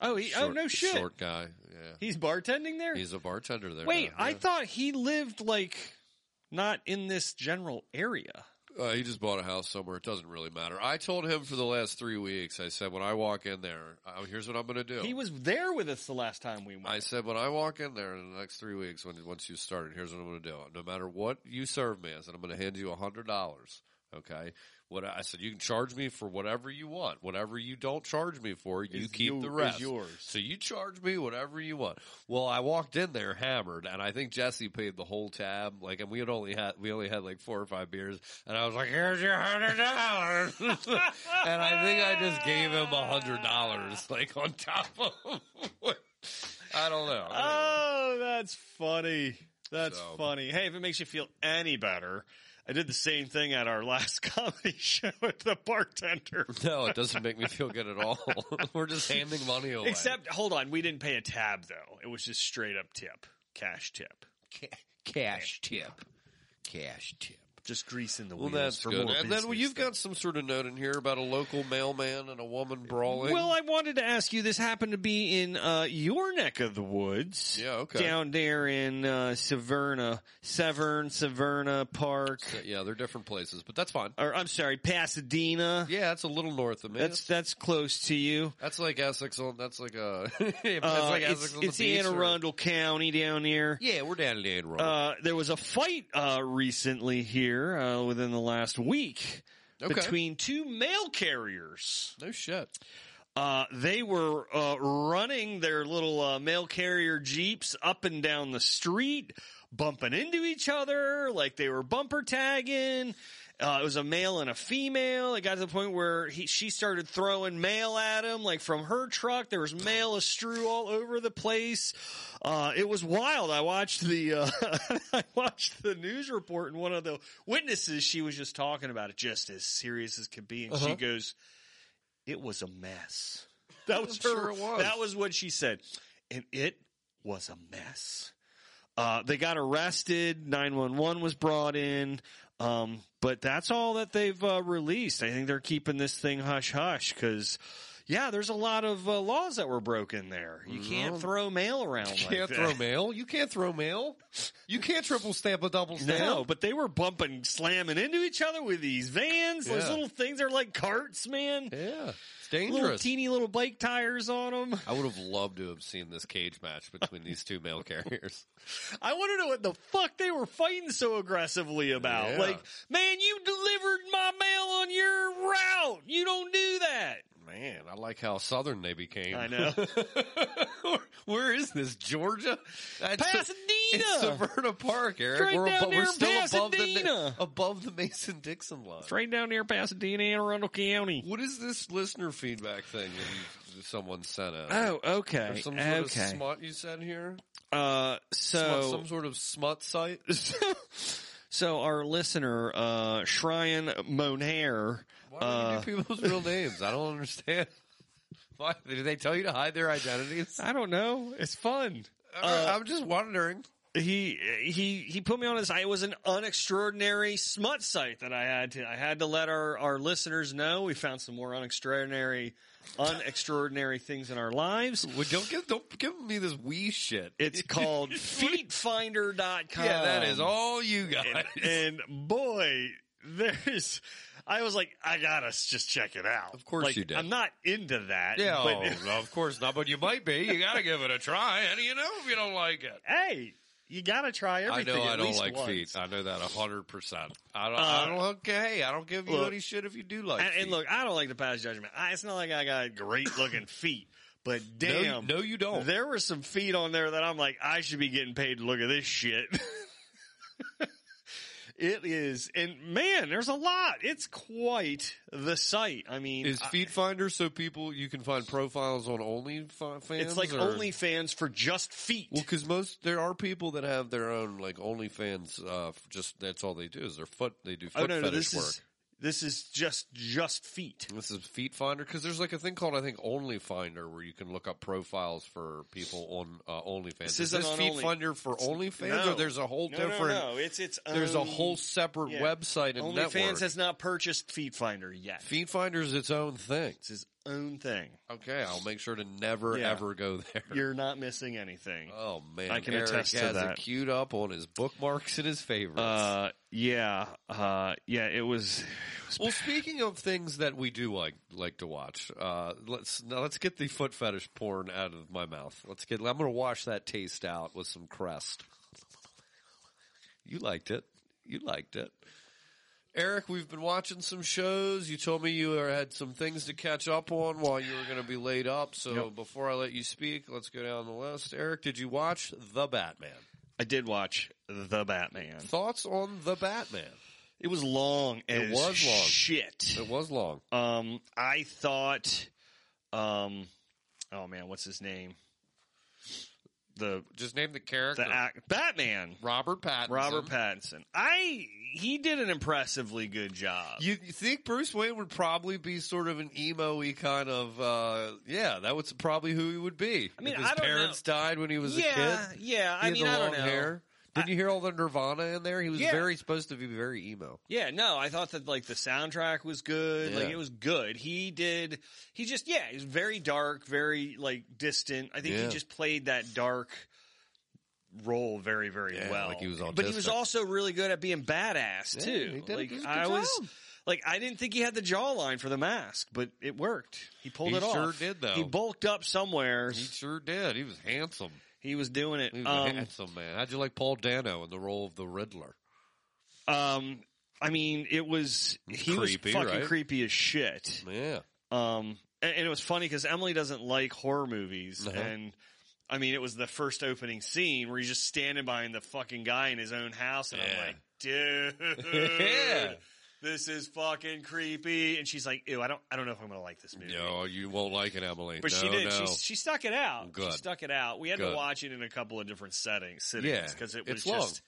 Speaker 4: Oh, he, oh
Speaker 3: Short-
Speaker 4: no shit.
Speaker 3: Short guy. Yeah,
Speaker 4: He's uh, bartending [laughs] there.
Speaker 3: he's a bartender there.
Speaker 4: Wait,
Speaker 3: now,
Speaker 4: I
Speaker 3: yeah.
Speaker 4: thought he lived like not in this general area.
Speaker 3: Uh, he just bought a house somewhere. It doesn't really matter. I told him for the last three weeks. I said when I walk in there, uh, here's what I'm going to do.
Speaker 4: He was there with us the last time we went.
Speaker 3: I said when I walk in there in the next three weeks, when once you started, here's what I'm going to do. No matter what you serve me, I said I'm going to hand you a hundred dollars. Okay. What I I said, you can charge me for whatever you want. Whatever you don't charge me for, you
Speaker 4: Is
Speaker 3: keep
Speaker 4: you-
Speaker 3: the
Speaker 4: is
Speaker 3: rest.
Speaker 4: yours.
Speaker 3: So you charge me whatever you want. Well, I walked in there hammered, and I think Jesse paid the whole tab. Like, and we had only had we only had like four or five beers, and I was like, "Here's your hundred dollars," [laughs] and I think I just gave him a hundred dollars, like on top of. [laughs] what- I don't know.
Speaker 4: Oh, that's funny. That's
Speaker 3: So-
Speaker 4: funny. Hey, if it makes you feel any better, I did the same thing at our [laughs] last comedy show with the bartender.
Speaker 3: No, it doesn't make me feel good at all. [laughs] We're just handing money away.
Speaker 4: Except, hold on, we didn't pay a tab though. It was just straight up tip, cash tip,
Speaker 1: Ca- cash tip. Cash tip.
Speaker 4: just greasing the
Speaker 3: Well,
Speaker 4: wheels
Speaker 3: that's
Speaker 4: for
Speaker 3: good.
Speaker 4: more
Speaker 3: And then well,
Speaker 4: business
Speaker 3: you've
Speaker 4: then.
Speaker 3: got some sort of note in here about a local mailman and a woman brawling.
Speaker 4: Well, I wanted to ask you. This happened to be in uh, your neck of the woods.
Speaker 3: Yeah, okay.
Speaker 4: Down there in uh, Severna, Severn, Severna Park,
Speaker 3: yeah, they're different places, but that's fine.
Speaker 4: or I'm sorry, Pasadena.
Speaker 3: Yeah, it's a little north of me.
Speaker 4: That's that's close to you.
Speaker 3: that's like Essex on. That's like a. [laughs] that's
Speaker 4: Uh,
Speaker 3: like Essex
Speaker 4: it's
Speaker 3: on the
Speaker 4: it's Anne
Speaker 3: beach or-
Speaker 4: Arundel County down there.
Speaker 3: Yeah, we're down in Anne Arundel.
Speaker 4: Uh, there was a fight uh, recently here uh, within the last week
Speaker 3: Okay.
Speaker 4: between two mail carriers.
Speaker 3: no shit.
Speaker 4: Uh, they were uh, running their little uh, mail carrier jeeps up and down the street, bumping into each other like they were bumper tagging. Uh, it was a male and a female. It got to the point where he, she started throwing mail at him, like from her truck. There was mail astrew all over the place. Uh, it was wild. I watched the uh, [laughs] I watched the news report, and one of the witnesses she was just talking about it, just as serious as could be, and she goes, it was a mess. [laughs] That was her.
Speaker 3: sure it was.
Speaker 4: That was what she said, and it was a mess. Uh, they got arrested. Nine one one was brought in, um, but that's all that they've uh, released. I think they're keeping this thing hush hush because, yeah, there's a lot of uh, laws that were broken there. You can't
Speaker 3: No.
Speaker 4: throw mail around.
Speaker 3: Mm-hmm. You
Speaker 4: [laughs]
Speaker 3: can't
Speaker 4: like that.
Speaker 3: throw mail. You can't throw mail. You can't triple stamp a double stamp.
Speaker 4: [laughs] No, but they were bumping, slamming into each other with these vans. Those
Speaker 3: Yeah.
Speaker 4: little things are like carts, man.
Speaker 3: Yeah, it's
Speaker 4: Little
Speaker 3: dangerous.
Speaker 4: teeny little bike tires on them.
Speaker 3: I would have loved to have seen this cage match between these two mail carriers.
Speaker 4: I want to know what the fuck they were fighting so aggressively about.
Speaker 3: Yeah.
Speaker 4: Like, man, you delivered my mail on your route. You don't do that.
Speaker 3: Man, I like how southern they became.
Speaker 4: I know.
Speaker 3: [laughs] Where is this, Georgia? That's
Speaker 4: [laughs] Pasadena.
Speaker 3: It's Severna Park, Eric.
Speaker 4: Right
Speaker 3: we're
Speaker 4: down
Speaker 3: abo-
Speaker 4: there
Speaker 3: we're
Speaker 4: in
Speaker 3: still above
Speaker 4: Pasadena.
Speaker 3: the above the Mason Dixon line.
Speaker 4: It's right down near Pasadena, Anne Arundel County.
Speaker 3: What is this listener feedback thing that you, someone sent us?
Speaker 4: Oh, okay.
Speaker 3: There's some sort of
Speaker 4: okay.
Speaker 3: smut you said here?
Speaker 4: uh,
Speaker 3: Smut-
Speaker 4: so,
Speaker 3: some sort of smut site? [laughs]
Speaker 4: so our listener, uh, Shryan Monair,
Speaker 3: Why
Speaker 4: uh,
Speaker 3: do you do people's real names? I don't understand. [laughs] Why did they tell you to hide their identities?
Speaker 4: I don't know. It's fun. Uh.
Speaker 3: I'm just wondering.
Speaker 4: he he he put me on his it was an unextraordinary smut site that I had to I had to let our our listeners know we found some more unextraordinary unextraordinary things in our lives
Speaker 3: Well, don't give don't give me this wee shit. [laughs] Um,
Speaker 4: it's called feetfinder.com
Speaker 3: yeah, that is all you [laughs] guys.
Speaker 4: and boy there's I was like I got to just check it out
Speaker 3: Of course
Speaker 4: Like,
Speaker 3: you did.
Speaker 4: I'm not into that
Speaker 3: yeah, [laughs]
Speaker 4: but
Speaker 3: oh, no, of course not, but you might be. You got to give it a try, and you know if you don't like it.
Speaker 4: [laughs] hey you got to try
Speaker 3: I
Speaker 4: everything
Speaker 3: know I
Speaker 4: at
Speaker 3: don't
Speaker 4: least
Speaker 3: like
Speaker 4: once.
Speaker 3: feet. I know that hundred percent. I don't. I
Speaker 4: Uh,
Speaker 3: don't. Okay, I don't give you
Speaker 4: look,
Speaker 3: any shit if you do like.
Speaker 4: And, and
Speaker 3: feet.
Speaker 4: look, I don't like to pass judgment. I, it's not like I got great looking feet, but
Speaker 3: No,
Speaker 4: damn,
Speaker 3: no, you don't.
Speaker 4: there were some feet on there that I'm like, I should be getting paid to look at this shit. [laughs] it is, and man, there's a lot. It's quite the site. I mean,
Speaker 3: Is
Speaker 4: I-
Speaker 3: Feed Finder so people you can find profiles on OnlyFans?
Speaker 4: it's like
Speaker 3: or-
Speaker 4: OnlyFans for just feet.
Speaker 3: Well, because most there are people that have their own like OnlyFans. Uh, f- just that's all they do is their foot. They do foot
Speaker 4: oh no, no,
Speaker 3: fetish
Speaker 4: this
Speaker 3: work.
Speaker 4: is this is just just feet.
Speaker 3: This is Feet Finder because there's like a thing called I think Only Finder where you can look up profiles for people on uh, OnlyFans.
Speaker 4: This
Speaker 3: is
Speaker 4: isn't
Speaker 3: this
Speaker 4: on
Speaker 3: Feet
Speaker 4: Only-
Speaker 3: Finder for OnlyFans,
Speaker 4: No.
Speaker 3: or there's a whole
Speaker 4: No,
Speaker 3: different?
Speaker 4: no, no. It's its.
Speaker 3: There's a
Speaker 4: own-
Speaker 3: whole separate
Speaker 4: yeah.
Speaker 3: website and
Speaker 4: OnlyFans
Speaker 3: network.
Speaker 4: has not purchased Feet Finder yet.
Speaker 3: Feet Finder's its own thing.
Speaker 4: It's his own thing.
Speaker 3: Okay, I'll make sure to never
Speaker 4: Yeah.
Speaker 3: ever go there.
Speaker 4: You're not missing anything.
Speaker 3: oh man,
Speaker 4: I can
Speaker 3: Eric
Speaker 4: attest to
Speaker 3: has
Speaker 4: that.
Speaker 3: it queued up on his bookmarks and his favorites.
Speaker 4: Uh, yeah, uh, yeah. It was.
Speaker 3: well, speaking of things that we do like like to watch, uh, let's now let's get the foot fetish porn out of my mouth. Let's get. I'm going to wash that taste out with some Crest. You liked it. You liked it. Eric, we've been watching some shows. You told me you are- had some things to catch up on while you were going to be laid up. So before I let you speak, let's go down the list. Eric, did you watch The Batman?
Speaker 4: I did watch The Batman.
Speaker 3: Thoughts on The Batman?
Speaker 4: It was long. As
Speaker 3: was long.
Speaker 4: Shit.
Speaker 3: It was long.
Speaker 4: Um, I thought, um, oh man, what's his name? The
Speaker 3: Just name the character.
Speaker 4: the act, Batman,
Speaker 3: Robert Pattinson.
Speaker 4: Robert Pattinson. I he did an impressively good job.
Speaker 3: You, you think Bruce Wayne would probably be sort of an emo y kind of, uh, yeah, that was probably who he would be.
Speaker 4: I mean,
Speaker 3: If his
Speaker 4: I don't know.
Speaker 3: parents died when he was a
Speaker 4: yeah,
Speaker 3: kid.
Speaker 4: yeah.
Speaker 3: He
Speaker 4: I
Speaker 3: had
Speaker 4: mean,
Speaker 3: the
Speaker 4: I
Speaker 3: long
Speaker 4: don't know.
Speaker 3: hair. Didn't you hear all the Nirvana in there? He was
Speaker 4: Yeah.
Speaker 3: very supposed to be very emo.
Speaker 4: Yeah, no, I thought that like the soundtrack was good. Like
Speaker 3: Yeah.
Speaker 4: it was good. He did. He just yeah, he's very dark, very like distant. I think
Speaker 3: Yeah.
Speaker 4: he just played that dark role very, very
Speaker 3: Yeah,
Speaker 4: well.
Speaker 3: like he was
Speaker 4: but he was
Speaker 3: autistic.
Speaker 4: also really good at being badass
Speaker 3: Yeah,
Speaker 4: too.
Speaker 3: he did a
Speaker 4: like
Speaker 3: good
Speaker 4: I was.
Speaker 3: job.
Speaker 4: Like I didn't think he had the jawline for the mask, but it worked. He pulled
Speaker 3: He
Speaker 4: it off.
Speaker 3: sure did, though.
Speaker 4: He bulked up somewhere.
Speaker 3: He sure did. He was handsome.
Speaker 4: He was doing it.
Speaker 3: He was a
Speaker 4: Um,
Speaker 3: handsome man. How'd you like Paul Dano in the role of the Riddler?
Speaker 4: um, I mean, it was he
Speaker 3: Creepy,
Speaker 4: was fucking
Speaker 3: right?
Speaker 4: creepy as shit.
Speaker 3: Yeah.
Speaker 4: Um, and, and it was funny because Emily doesn't like horror movies,
Speaker 3: Uh-huh.
Speaker 4: and I mean, it was the first opening scene where he's just standing behind the fucking guy in his own house, and
Speaker 3: Yeah.
Speaker 4: I'm like, dude,
Speaker 3: [laughs] Yeah.
Speaker 4: this is fucking creepy. And she's like, ew, I don't, I don't know if I'm gonna like this movie.
Speaker 3: No, you won't like it, Emily.
Speaker 4: But
Speaker 3: no,
Speaker 4: she did.
Speaker 3: No.
Speaker 4: She, she stuck it out. She
Speaker 3: Good.
Speaker 4: stuck it out. We had
Speaker 3: Good.
Speaker 4: to watch it in a couple of different settings,
Speaker 3: Yeah.
Speaker 4: sittings, because it was
Speaker 3: It's long.
Speaker 4: just,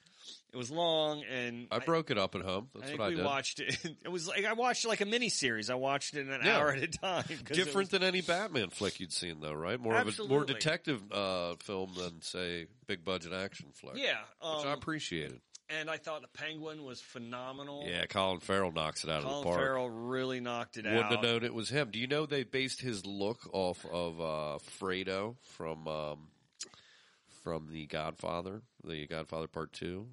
Speaker 4: it was long, and
Speaker 3: I broke it up at home.
Speaker 4: I
Speaker 3: That's
Speaker 4: think
Speaker 3: what I
Speaker 4: we
Speaker 3: did.
Speaker 4: watched it. [laughs] It was like I watched like a mini series. I watched it in an
Speaker 3: Yeah.
Speaker 4: hour at a time. 'cause it was-
Speaker 3: Different than any Batman flick you'd seen, though, right? More of a more
Speaker 4: Absolutely.
Speaker 3: detective uh, film than say big budget action flick.
Speaker 4: Yeah,
Speaker 3: which I
Speaker 4: um,
Speaker 3: appreciated.
Speaker 4: and I thought the Penguin was phenomenal.
Speaker 3: Yeah, Colin Farrell knocks it out of
Speaker 4: Colin
Speaker 3: the park.
Speaker 4: Farrell really knocked it
Speaker 3: Wouldn't
Speaker 4: out.
Speaker 3: have known it was him. Do you know they based his look off of uh, Fredo from um, from The Godfather, The Godfather Part Two,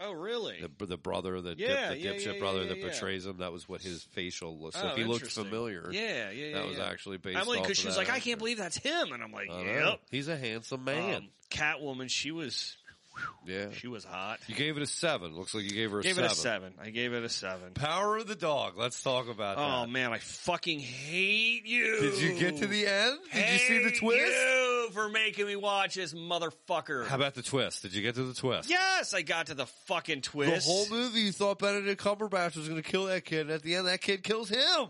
Speaker 4: Oh, really?
Speaker 3: the, the brother, the, dip,
Speaker 4: Yeah,
Speaker 3: the
Speaker 4: yeah,
Speaker 3: dipshit
Speaker 4: yeah, yeah,
Speaker 3: brother
Speaker 4: yeah,
Speaker 3: that
Speaker 4: yeah.
Speaker 3: portrays him. That was what his facial looked. So
Speaker 4: Oh,
Speaker 3: if he looked
Speaker 4: interesting.
Speaker 3: familiar,
Speaker 4: Yeah, yeah, yeah.
Speaker 3: that was
Speaker 4: yeah.
Speaker 3: actually based.
Speaker 4: Emily,
Speaker 3: off
Speaker 4: because
Speaker 3: of
Speaker 4: she was
Speaker 3: that
Speaker 4: like, "I
Speaker 3: actor.
Speaker 4: can't believe that's him," and I'm like,
Speaker 3: I know.
Speaker 4: "Yep."
Speaker 3: He's a handsome man.
Speaker 4: Um, Catwoman, she was
Speaker 3: yeah.
Speaker 4: she was hot.
Speaker 3: You gave it a seven. Looks like you gave her a
Speaker 4: gave
Speaker 3: seven.
Speaker 4: it a seven. I gave it a seven.
Speaker 3: Power of the dog. Let's talk about
Speaker 4: Oh
Speaker 3: that.
Speaker 4: man, I fucking hate you.
Speaker 3: Did you get to the end? Did you see the
Speaker 4: Hate
Speaker 3: twist?
Speaker 4: You for making me watch this motherfucker.
Speaker 3: How about the twist? Did you get to the twist?
Speaker 4: yes, I got to the fucking
Speaker 3: The
Speaker 4: twist.
Speaker 3: whole movie, you thought Benedict Cumberbatch was going to kill that kid, and at the end, that kid kills him.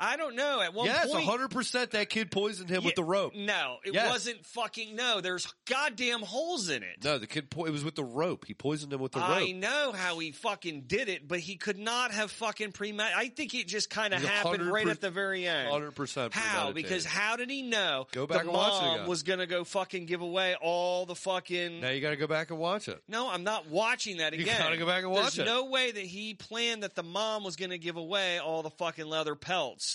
Speaker 4: I don't know. At one
Speaker 3: yes,
Speaker 4: point,
Speaker 3: hundred percent. That kid poisoned him with the
Speaker 4: Yeah,
Speaker 3: rope.
Speaker 4: No, it
Speaker 3: Yes.
Speaker 4: wasn't fucking no. There's goddamn holes in it.
Speaker 3: No, the kid. Po- it was with the rope. He poisoned him with the
Speaker 4: I
Speaker 3: rope.
Speaker 4: know how he fucking did it, but he could not have fucking premed. I think it just kind of
Speaker 3: He's a
Speaker 4: happened
Speaker 3: hundred
Speaker 4: right
Speaker 3: per-
Speaker 4: at the very end.
Speaker 3: Hundred percent.
Speaker 4: How? Because how did he know
Speaker 3: Go back
Speaker 4: the
Speaker 3: and watch it
Speaker 4: mom
Speaker 3: again.
Speaker 4: was gonna go fucking give away all the fucking?
Speaker 3: now you got to go back and watch it.
Speaker 4: No, I'm not watching that
Speaker 3: You
Speaker 4: again.
Speaker 3: gotta go back and watch
Speaker 4: There's
Speaker 3: it.
Speaker 4: no way that he planned that the mom was going to give away all the fucking leather pelts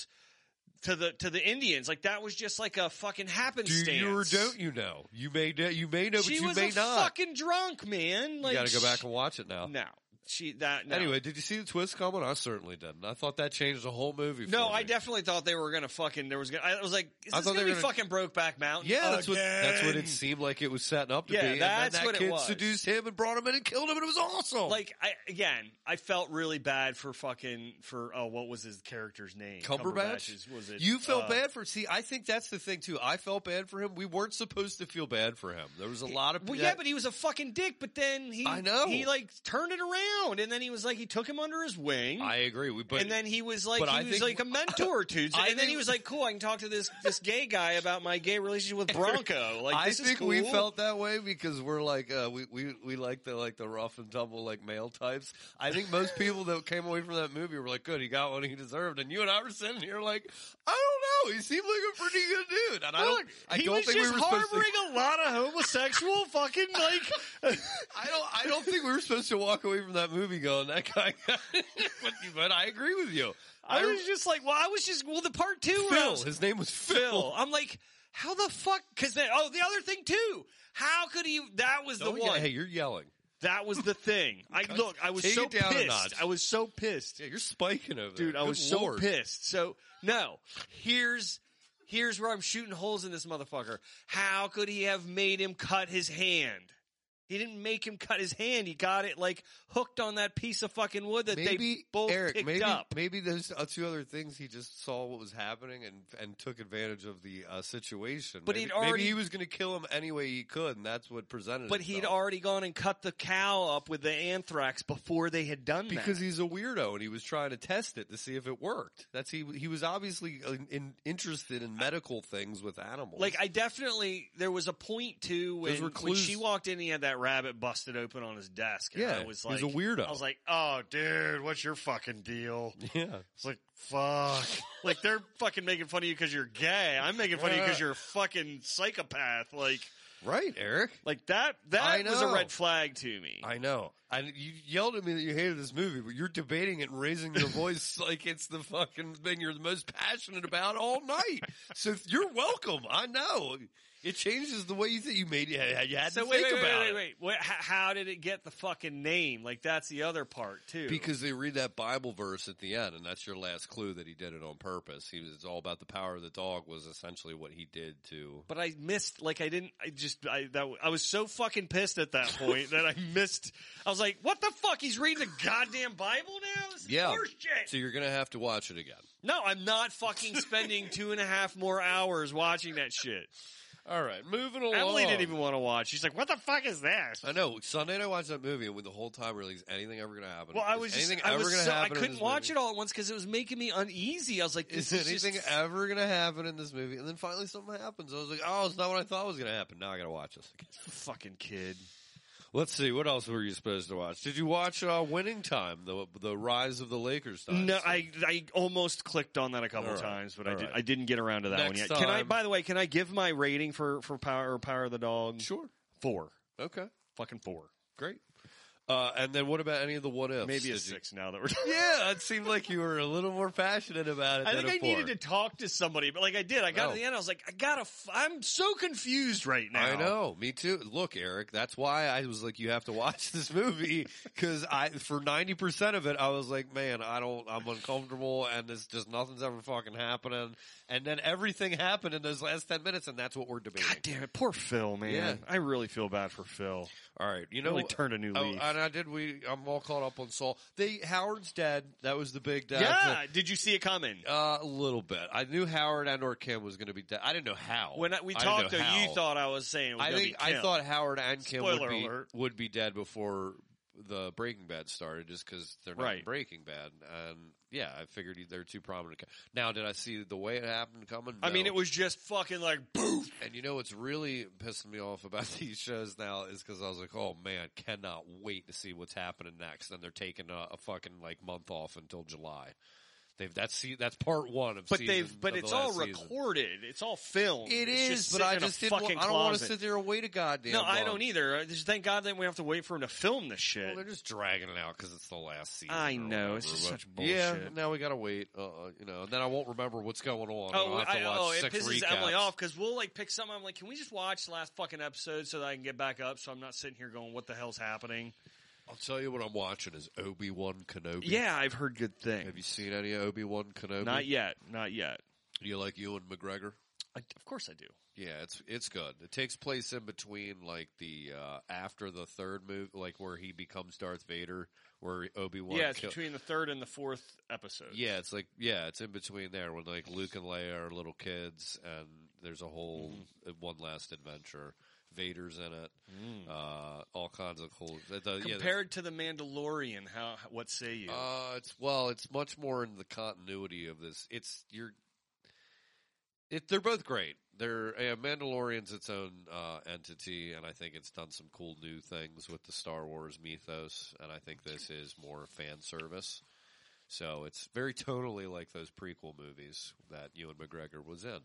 Speaker 4: to the to the Indians. Like that was just like a fucking
Speaker 3: Do
Speaker 4: happenstance.
Speaker 3: you or don't you know? You may. know- You may know, but
Speaker 4: she
Speaker 3: you
Speaker 4: was
Speaker 3: may
Speaker 4: a
Speaker 3: not.
Speaker 4: fucking drunk, man. Like
Speaker 3: you got to go back and watch it now.
Speaker 4: no, she that no.
Speaker 3: Anyway, did you see the twist coming? I certainly didn't. I thought that changed the whole movie.
Speaker 4: No,
Speaker 3: for
Speaker 4: I
Speaker 3: me.
Speaker 4: definitely thought they were gonna fucking. There was gonna. I was like, is
Speaker 3: I
Speaker 4: this
Speaker 3: thought
Speaker 4: gonna
Speaker 3: they
Speaker 4: be
Speaker 3: were gonna-
Speaker 4: fucking Brokeback Mountain?
Speaker 3: Yeah, that's what that's what
Speaker 4: again?
Speaker 3: it seemed like it was setting up to
Speaker 4: Yeah,
Speaker 3: be. And
Speaker 4: that's
Speaker 3: then that
Speaker 4: what it
Speaker 3: kid
Speaker 4: was.
Speaker 3: seduced him and brought him in and killed him, and it was awesome.
Speaker 4: Like I again, I felt really bad for fucking for oh, what was his character's name?
Speaker 3: Cumberbatch,
Speaker 4: Cumberbatch's- was it?
Speaker 3: you felt
Speaker 4: uh,
Speaker 3: bad for. See, I think that's the thing too. I felt bad for him. We weren't supposed to feel bad for him. There was a lot of
Speaker 4: Well, yeah, but he was a fucking dick. But then he,
Speaker 3: I know.
Speaker 4: he like turned it around, and then he was like, he took him under his wing,
Speaker 3: I agree. We but
Speaker 4: and then he was like,
Speaker 3: but I
Speaker 4: he was
Speaker 3: think-
Speaker 4: like a
Speaker 3: [laughs]
Speaker 4: mentor to, and
Speaker 3: I
Speaker 4: then he
Speaker 3: think-
Speaker 4: was like, cool, I can talk to this this gay guy about my gay relationship with Bronco. Like,
Speaker 3: I
Speaker 4: this is
Speaker 3: think we
Speaker 4: cool.
Speaker 3: felt that way because we're like uh, we, we we like the like the rough and tumble like male types. I think most people that came away from that movie were like, "Good, he got what he deserved." And you and I were sitting here like, "I don't know, he seemed like a pretty good dude." And I don't,
Speaker 4: Look,
Speaker 3: I
Speaker 4: he
Speaker 3: don't
Speaker 4: was
Speaker 3: think
Speaker 4: just
Speaker 3: we were supposed
Speaker 4: harboring
Speaker 3: to.
Speaker 4: a lot of
Speaker 3: [laughs]
Speaker 4: homosexual? fucking like,
Speaker 3: I don't. I don't think we were supposed to walk away from that movie going that guy. [laughs] got it." but, but I agree with you.
Speaker 4: I was just like, well, I was just well, the part two. where I
Speaker 3: Phil.
Speaker 4: was-
Speaker 3: His name was
Speaker 4: Phil.
Speaker 3: Phil.
Speaker 4: I'm like, how the fuck? Because then, oh, the other thing too. How could he? That was the
Speaker 3: Oh,
Speaker 4: one.
Speaker 3: yeah, hey, you're yelling.
Speaker 4: That was the thing.
Speaker 3: [laughs]
Speaker 4: I look. I was
Speaker 3: Take
Speaker 4: so
Speaker 3: it down a
Speaker 4: pissed.
Speaker 3: notch.
Speaker 4: I was so pissed,
Speaker 3: Yeah, you're spiking over there.
Speaker 4: dude. I
Speaker 3: Good
Speaker 4: was
Speaker 3: Lord.
Speaker 4: so pissed. So no, here's here's where I'm shooting holes in this motherfucker. How could he have made him cut his hand? He didn't make him cut his hand. He got it like hooked on that piece of fucking wood that they
Speaker 3: Maybe
Speaker 4: both
Speaker 3: Eric.
Speaker 4: picked
Speaker 3: maybe
Speaker 4: up.
Speaker 3: maybe those uh, two other things he just saw what was happening and and took advantage of the uh, situation.
Speaker 4: But
Speaker 3: maybe,
Speaker 4: he'd already-
Speaker 3: maybe he was going to kill him any way he could, and that's what presented.
Speaker 4: But he'd
Speaker 3: itself.
Speaker 4: already gone and cut the cow up with the anthrax before they had done that.
Speaker 3: because he's a weirdo and he was trying to test it to see if it worked. That's he he was obviously in, in, interested in medical things with animals.
Speaker 4: Like I definitely, there was a point too when,
Speaker 3: Those were
Speaker 4: when she
Speaker 3: clues.
Speaker 4: walked in, he had that rabbit busted open on his desk. And
Speaker 3: Yeah,
Speaker 4: I was
Speaker 3: he
Speaker 4: like,
Speaker 3: was a weirdo.
Speaker 4: I was like, oh dude, what's your fucking deal?
Speaker 3: [laughs] yeah,
Speaker 4: It's like fuck, like they're fucking making fun of you because you're gay. I'm making fun of you because you're a fucking psychopath. Like,
Speaker 3: right, Eric.
Speaker 4: like that
Speaker 3: I
Speaker 4: that was a
Speaker 3: know.
Speaker 4: red flag to me. [laughs]
Speaker 3: I know. And you yelled at me that you hated this movie, but you're debating it and raising your voice [laughs] like it's the fucking thing you're the most passionate about all night. So you're welcome. I know. It changes the way you think you made you had, you had
Speaker 4: so
Speaker 3: to
Speaker 4: wait,
Speaker 3: think
Speaker 4: wait,
Speaker 3: about
Speaker 4: wait,
Speaker 3: it.
Speaker 4: wait, wait, wait. Wh- h- How did it get the fucking name? Like that's the other part too.
Speaker 3: Because they read that Bible verse at the end, and that's your last clue that he did it on purpose. He was it's all about the power of the dog was essentially what he did to
Speaker 4: but I missed like I didn't I just I that I was so fucking pissed at that point that I missed I was like what the fuck he's reading the goddamn bible now this is
Speaker 3: Yeah.
Speaker 4: horseshit
Speaker 3: So you're gonna have to watch it again.
Speaker 4: no I'm not fucking spending two and a half more hours watching that shit
Speaker 3: All right, moving along.
Speaker 4: Emily didn't even want to watch she's like what the fuck is this
Speaker 3: I know. Sunday night I watched that movie, and with the whole time, really, is anything ever going to happen?
Speaker 4: well I
Speaker 3: Is
Speaker 4: was just
Speaker 3: anything
Speaker 4: I
Speaker 3: ever
Speaker 4: was
Speaker 3: gonna
Speaker 4: so, I
Speaker 3: happen in
Speaker 4: couldn't
Speaker 3: this
Speaker 4: watch
Speaker 3: movie?
Speaker 4: it all at once because it was making me uneasy I was like this
Speaker 3: Is
Speaker 4: is,
Speaker 3: anything
Speaker 4: just,
Speaker 3: ever going to happen in this movie? And then finally, something happens. I was like, "Oh, it's not what I thought was going to happen." Now I got to watch this. again.
Speaker 4: fucking kid
Speaker 3: Let's see. What else were you supposed to watch? Did you watch uh, Winning Time, the the rise of the Lakers?
Speaker 4: No,
Speaker 3: dynasty?
Speaker 4: I I almost clicked on that a couple
Speaker 3: All right.
Speaker 4: times, but I
Speaker 3: All
Speaker 4: did
Speaker 3: right.
Speaker 4: I didn't get around to that one
Speaker 3: Next
Speaker 4: yet. Can I?
Speaker 3: time.
Speaker 4: By the way, can I give my rating for for power power of the dog?
Speaker 3: sure.
Speaker 4: Four,
Speaker 3: Okay,
Speaker 4: fucking four,
Speaker 3: great. Uh, and then what about any of the what ifs?
Speaker 4: maybe a
Speaker 3: Did you-
Speaker 4: six. Now that we're. done.
Speaker 3: Yeah, it seemed like you were a little more passionate about it.
Speaker 4: [laughs] I
Speaker 3: than
Speaker 4: think I
Speaker 3: a four.
Speaker 4: needed to talk to somebody, but like I did, I got
Speaker 3: Oh.
Speaker 4: to the end. I was like, I gotta. F- I'm so confused right now.
Speaker 3: I know, me too. Look, Eric, that's why I was like, you have to watch [laughs] this movie because I, for ninety percent of it, I was like, man, I don't, I'm uncomfortable, and it's just nothing's ever fucking happening. And then everything happened in those last ten minutes, and that's what we're debating.
Speaker 4: God damn it, poor Phil, man.
Speaker 3: Yeah.
Speaker 4: I really feel bad for Phil.
Speaker 3: All right, you know,
Speaker 4: Really turned a new
Speaker 3: oh,
Speaker 4: leaf.
Speaker 3: and I did. We, I'm all caught up on Saul. They Howard's dead. That was the big
Speaker 4: uh,
Speaker 3: death.
Speaker 4: yeah, did you see it coming?
Speaker 3: Uh, a little bit. I knew Howard and or Kim was going to be dead. I didn't know how.
Speaker 4: when I, we
Speaker 3: I didn't know
Speaker 4: talked, though,
Speaker 3: how.
Speaker 4: you thought I was saying. It was
Speaker 3: I
Speaker 4: gonna
Speaker 3: think
Speaker 4: be
Speaker 3: I
Speaker 4: Kim.
Speaker 3: thought Howard and Kim would
Speaker 4: Spoiler
Speaker 3: be,
Speaker 4: alert.
Speaker 3: would be dead before the Breaking Bad started, just because they're not in
Speaker 4: Right.
Speaker 3: Breaking Bad. And yeah, I figured they're too prominent. ca- Now, did I see the way it happened coming?
Speaker 4: I mean,
Speaker 3: No.
Speaker 4: it was just fucking like [laughs] boof.
Speaker 3: And you know what's really pissing me off about [laughs] these shows now is because I was like, oh man, cannot wait to see what's happening next. And they're taking a, a fucking like month off until July. They've that's se- that's part one of
Speaker 4: But
Speaker 3: season-
Speaker 4: they've but
Speaker 3: of the
Speaker 4: it's all
Speaker 3: last season.
Speaker 4: recorded. It's all filmed.
Speaker 3: It
Speaker 4: it's
Speaker 3: is,
Speaker 4: just
Speaker 3: but
Speaker 4: sitting
Speaker 3: I
Speaker 4: in a
Speaker 3: just didn't. wa-
Speaker 4: fucking
Speaker 3: I don't want to
Speaker 4: closet.
Speaker 3: sit there and wait a goddamn.
Speaker 4: No, I
Speaker 3: month.
Speaker 4: don't either. I Just thank God that we have to wait for him to film this shit.
Speaker 3: Well, they're just dragging it out because it's the last season.
Speaker 4: I
Speaker 3: or
Speaker 4: know, it's
Speaker 3: whatever,
Speaker 4: just
Speaker 3: but-
Speaker 4: such bullshit.
Speaker 3: Yeah, now we gotta wait. Uh, uh, you know, and then I won't remember what's going on. and
Speaker 4: oh,
Speaker 3: I'll have
Speaker 4: I,
Speaker 3: to watch
Speaker 4: oh, it
Speaker 3: six
Speaker 4: pisses
Speaker 3: recaps.
Speaker 4: Emily off because we'll like pick something. I'm like, can we just watch the last fucking episode so that I can get back up? So I'm not sitting here going, what the hell's happening?
Speaker 3: I'll tell you what I'm watching is Obi Wan Kenobi.
Speaker 4: Yeah, I've heard good things.
Speaker 3: Have you seen any Obi Wan Kenobi?
Speaker 4: Not yet. Not yet.
Speaker 3: Do you like Ewan McGregor?
Speaker 4: I, of course I do.
Speaker 3: Yeah, it's it's good. It takes place in between like the uh after the third move, like where he becomes Darth Vader, where Obi Wan.
Speaker 4: yeah, it's between the third and the fourth episode.
Speaker 3: Yeah, it's like yeah, it's in between there when like Luke and Leia are little kids, and there's a whole uh, one last adventure. Vader's in it. Uh, all kinds of cool. The, the, yeah, the-
Speaker 4: Compared to the Mandalorian, how what say you?
Speaker 3: uh, it's well, it's much more in the continuity of this. It's you're. It, they're both great. They're yeah, Mandalorian's its own uh, entity, and I think it's done some cool new things with the Star Wars mythos. And I think this is more fan service. So it's very tonally like those prequel movies that Ewan McGregor was in.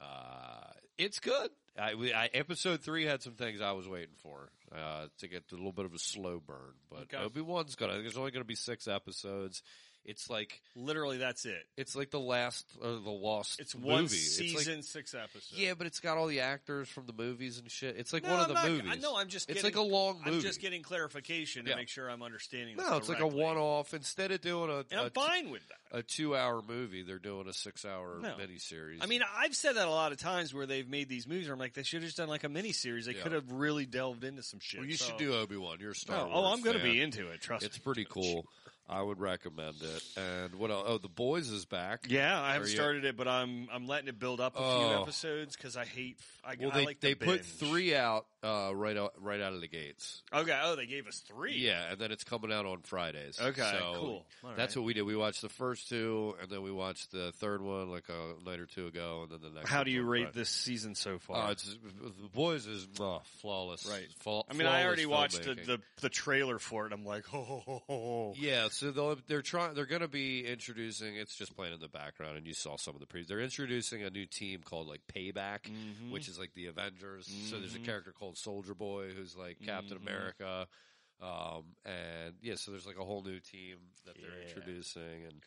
Speaker 3: Uh, it's good. I, we, I, episode three had some things I was waiting for uh, to get a little bit of a slow burn, but
Speaker 4: Okay.
Speaker 3: Obi Wan's gonna. I think There's only gonna be six episodes. It's like
Speaker 4: Literally, that's it.
Speaker 3: it's like the last uh, the lost.
Speaker 4: It's
Speaker 3: movie.
Speaker 4: one
Speaker 3: It's like-
Speaker 4: season, six episodes.
Speaker 3: yeah, but it's got all the actors from the movies and shit. It's like
Speaker 4: No,
Speaker 3: one of
Speaker 4: I'm
Speaker 3: the
Speaker 4: not-
Speaker 3: movies.
Speaker 4: I know. I'm just.
Speaker 3: It's
Speaker 4: getting-
Speaker 3: like a long movie.
Speaker 4: I'm just getting clarification to
Speaker 3: Yeah.
Speaker 4: make sure I'm understanding. this
Speaker 3: no, it's like a
Speaker 4: correctly.
Speaker 3: one-off. uh, Instead of doing a
Speaker 4: and
Speaker 3: a
Speaker 4: I'm
Speaker 3: t-
Speaker 4: fine with that.
Speaker 3: a two-hour movie, they're doing a six-hour
Speaker 4: No.
Speaker 3: miniseries.
Speaker 4: I mean, I've said that a lot of times where they've made these movies. Where I'm like, they should have just done like a mini series. They
Speaker 3: Yeah.
Speaker 4: could have really delved into some shit.
Speaker 3: Well, you
Speaker 4: so-
Speaker 3: should do Obi Wan. You're a Star
Speaker 4: No,
Speaker 3: Wars.
Speaker 4: oh, I'm going to
Speaker 3: fan.
Speaker 4: be into it. Trust
Speaker 3: It's
Speaker 4: me.
Speaker 3: pretty cool. I would recommend it. And what else? Oh, The Boys is back.
Speaker 4: Yeah, I
Speaker 3: Are
Speaker 4: haven't
Speaker 3: you-
Speaker 4: started it, but I'm I'm letting it build up a few
Speaker 3: Oh.
Speaker 4: episodes because I hate. I,
Speaker 3: Well,
Speaker 4: I
Speaker 3: they
Speaker 4: like to
Speaker 3: they put
Speaker 4: binge.
Speaker 3: three out uh, right out right out of the gates.
Speaker 4: Okay. Oh, they gave us three.
Speaker 3: Yeah, and then it's coming out on Fridays.
Speaker 4: Okay.
Speaker 3: So
Speaker 4: cool. All
Speaker 3: That's
Speaker 4: right.
Speaker 3: what we did. We watched the first two, and then we watched the third one like a night or two ago, and then the next.
Speaker 4: How
Speaker 3: one's
Speaker 4: do you
Speaker 3: on
Speaker 4: rate
Speaker 3: Friday.
Speaker 4: this season so
Speaker 3: Uh,
Speaker 4: far?
Speaker 3: it's, the boys is uh, flawless.
Speaker 4: Right.
Speaker 3: Flaw-
Speaker 4: I mean, I already
Speaker 3: flawless
Speaker 4: watched the,
Speaker 3: filmmaking.
Speaker 4: the the trailer for it. I'm like, [laughs] oh, oh, oh.
Speaker 3: Yeah, so they'll, they're trying. They're going to be introducing. It's just playing in the background, and you saw some of the pre. They're introducing a new team called like Payback,
Speaker 4: Mhm.
Speaker 3: which is like the Avengers. So there's a
Speaker 4: Mhm.
Speaker 3: character called Soldier Boy who's like Captain
Speaker 4: Mhm.
Speaker 3: America, um, and yeah, so there's like a whole new team that they're
Speaker 4: Yeah.
Speaker 3: introducing, and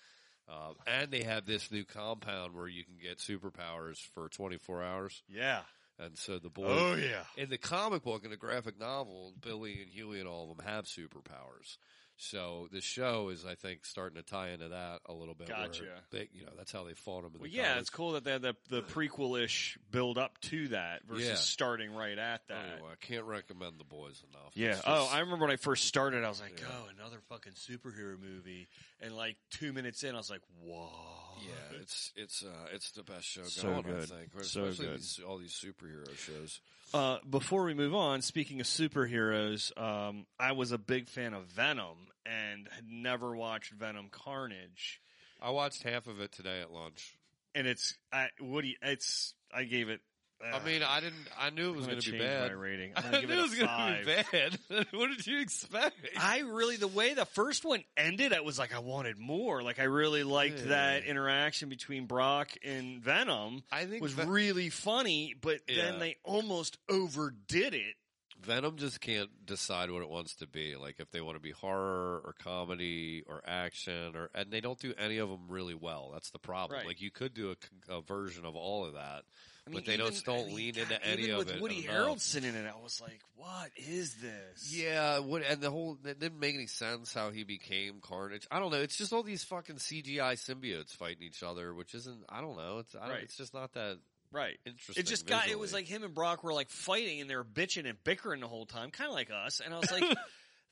Speaker 3: uh, and they have this new compound where you can get superpowers for 24 hours,
Speaker 4: yeah.
Speaker 3: and so the boy.
Speaker 4: Oh yeah.
Speaker 3: In the comic book, in the graphic novel, Billy and Huey and all of them have superpowers. So the show is, I think, starting to tie into that a little bit. where
Speaker 4: Gotcha.
Speaker 3: They, you know, that's how they fought him. In
Speaker 4: Well,
Speaker 3: the
Speaker 4: yeah,
Speaker 3: comics.
Speaker 4: it's cool that they had the, the prequel ish build up to that versus
Speaker 3: Yeah.
Speaker 4: starting right at that.
Speaker 3: Anyway, Oh, I can't recommend the boys enough.
Speaker 4: Yeah.
Speaker 3: It's
Speaker 4: oh,
Speaker 3: just-
Speaker 4: I remember when I first started, I was like,
Speaker 3: Yeah.
Speaker 4: oh, another fucking superhero movie. And like two minutes in, I was like, whoa.
Speaker 3: [sighs] Yeah, it's it's uh, it's the best show
Speaker 4: So
Speaker 3: going.
Speaker 4: good.
Speaker 3: I think,
Speaker 4: So
Speaker 3: especially
Speaker 4: good.
Speaker 3: These, all these superhero shows.
Speaker 4: Uh, before we move on, speaking of superheroes, um, I was a big fan of Venom and had never watched Venom Carnage.
Speaker 3: I watched half of it today at lunch.
Speaker 4: And it's, I, Woody, it's, I gave it. uh,
Speaker 3: I mean, I didn't. I knew it was
Speaker 4: I'm
Speaker 3: going
Speaker 4: gonna
Speaker 3: to be
Speaker 4: change
Speaker 3: bad.
Speaker 4: My rating.
Speaker 3: [laughs]
Speaker 4: I'm
Speaker 3: I
Speaker 4: gonna give
Speaker 3: knew it was
Speaker 4: a
Speaker 3: going
Speaker 4: five.
Speaker 3: to be bad. [laughs] what did you expect?
Speaker 4: I really the way the first one ended, I was like, I wanted more. Like I really liked
Speaker 3: Yeah.
Speaker 4: that interaction between Brock and Venom.
Speaker 3: I think
Speaker 4: was
Speaker 3: Ve-
Speaker 4: really funny, but
Speaker 3: Yeah.
Speaker 4: then they almost overdid it.
Speaker 3: Venom just can't decide what it wants to be. Like if they want to be horror or comedy or action, or and they don't do any of them really well. That's the problem.
Speaker 4: Right.
Speaker 3: Like you could do a c- a, version of all of that,
Speaker 4: I mean,
Speaker 3: but they
Speaker 4: even-
Speaker 3: don't don't
Speaker 4: I mean,
Speaker 3: lean
Speaker 4: God,
Speaker 3: into any
Speaker 4: even
Speaker 3: of
Speaker 4: with
Speaker 3: it.
Speaker 4: Woody
Speaker 3: enough.
Speaker 4: Harrelson in it, I was like, what is this?
Speaker 3: Yeah, what, and the whole it didn't make any sense how he became Carnage. I don't know. It's just all these fucking CGI symbiotes fighting each other, which isn't. I don't know. It's I don't,
Speaker 4: Right.
Speaker 3: it's just not that
Speaker 4: right.
Speaker 3: interesting.
Speaker 4: It just got. It
Speaker 3: visually.
Speaker 4: was like him and Brock were like fighting, and they were bitching and bickering the whole time, kind of like us. And I
Speaker 3: [laughs]
Speaker 4: was like,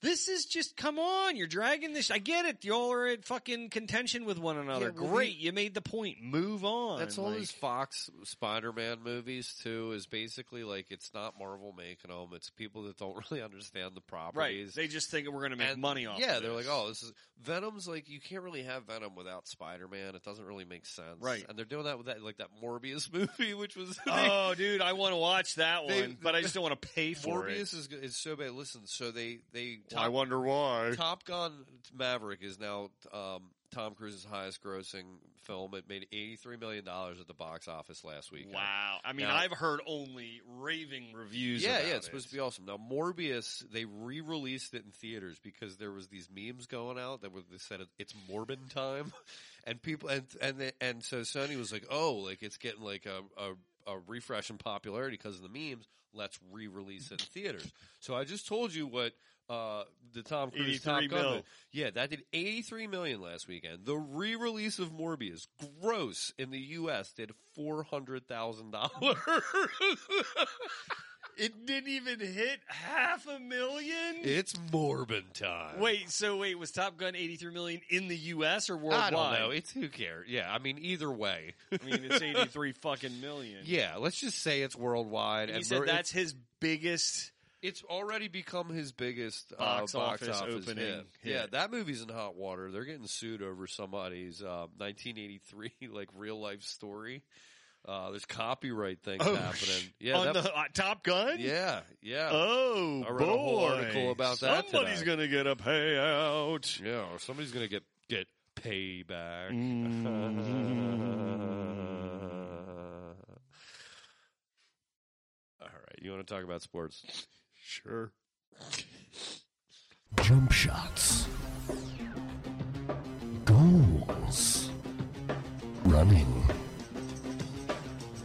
Speaker 4: "This is just come on, you're dragging this. I get it. Y'all are in fucking contention with one another.
Speaker 3: Yeah, well,
Speaker 4: Great, you made the point. Move on.
Speaker 3: That's all
Speaker 4: Like,
Speaker 3: these Fox Spider-Man movies too. Is basically like it's not Marvel making them; it's people that don't [laughs] really understand the
Speaker 4: right.
Speaker 3: properties.
Speaker 4: They just think we're going to make
Speaker 3: And-
Speaker 4: money off.
Speaker 3: Yeah,
Speaker 4: of
Speaker 3: they're
Speaker 4: this.
Speaker 3: like, [laughs] oh, this is Venom's. Like you can't really have Venom without Spider-Man. It doesn't really make sense,
Speaker 4: Right.
Speaker 3: And they're doing that with that like that Morbius [laughs] movie, which was
Speaker 4: Oh, dude, I want to watch that one,
Speaker 3: They-
Speaker 4: but I just don't want to pay for it.
Speaker 3: Morbius is go- is so bad. Listen, so they they
Speaker 4: I wonder why.
Speaker 3: Top Gun Maverick is now um, Tom Cruise's highest grossing film. It made eighty three million dollars at the box office last week.
Speaker 4: Wow. I mean,
Speaker 3: Now-
Speaker 4: I've heard only raving reviews.
Speaker 3: Yeah,
Speaker 4: about
Speaker 3: yeah,
Speaker 4: it.
Speaker 3: it's supposed to be awesome. Now Morbius, they re-released it in theaters because there was these memes going out that were they said it's Morbin time, [laughs] and people and and they, and so Sony was like, oh, like it's getting like a a, a refresh in popularity because of the memes. Let's re-release it in theaters. So I just told you what uh, the Tom Cruise Top
Speaker 4: 83
Speaker 3: Gun.
Speaker 4: mil.
Speaker 3: movie- Yeah, that did 83 million last weekend. The re-release of Morbius, gross in the U.S., did four hundred thousand dollars. [laughs]
Speaker 4: It didn't even hit half a million.
Speaker 3: It's Morbin time.
Speaker 4: Wait, so wait, was Top Gun 83 million in the U.S. or worldwide?
Speaker 3: I don't know. It's who cares. Yeah, I mean, either way.
Speaker 4: I
Speaker 3: [laughs]
Speaker 4: mean, it's 83 fucking million.
Speaker 3: Yeah, let's just say it's worldwide.
Speaker 4: And he
Speaker 3: and
Speaker 4: said
Speaker 3: we're-
Speaker 4: that's his biggest.
Speaker 3: it's already become his biggest uh,
Speaker 4: Box
Speaker 3: box,
Speaker 4: office
Speaker 3: office,
Speaker 4: opening
Speaker 3: hit.
Speaker 4: hit.
Speaker 3: Yeah, that movie's in hot water. They're getting sued over somebody's uh, 1983 [laughs] like real life story. Uh, there's copyright things
Speaker 4: Oh,
Speaker 3: happening. Yeah,
Speaker 4: on
Speaker 3: that-
Speaker 4: the uh, Top Gun?
Speaker 3: yeah, yeah.
Speaker 4: Oh,
Speaker 3: I read a whole
Speaker 4: boy.
Speaker 3: article about that
Speaker 4: Somebody's
Speaker 3: today.
Speaker 4: going to get a payout.
Speaker 3: Yeah, or somebody's gonna get get [laughs] payback. You want to talk about sports?
Speaker 2: Sure.
Speaker 6: jump shots, goals, running,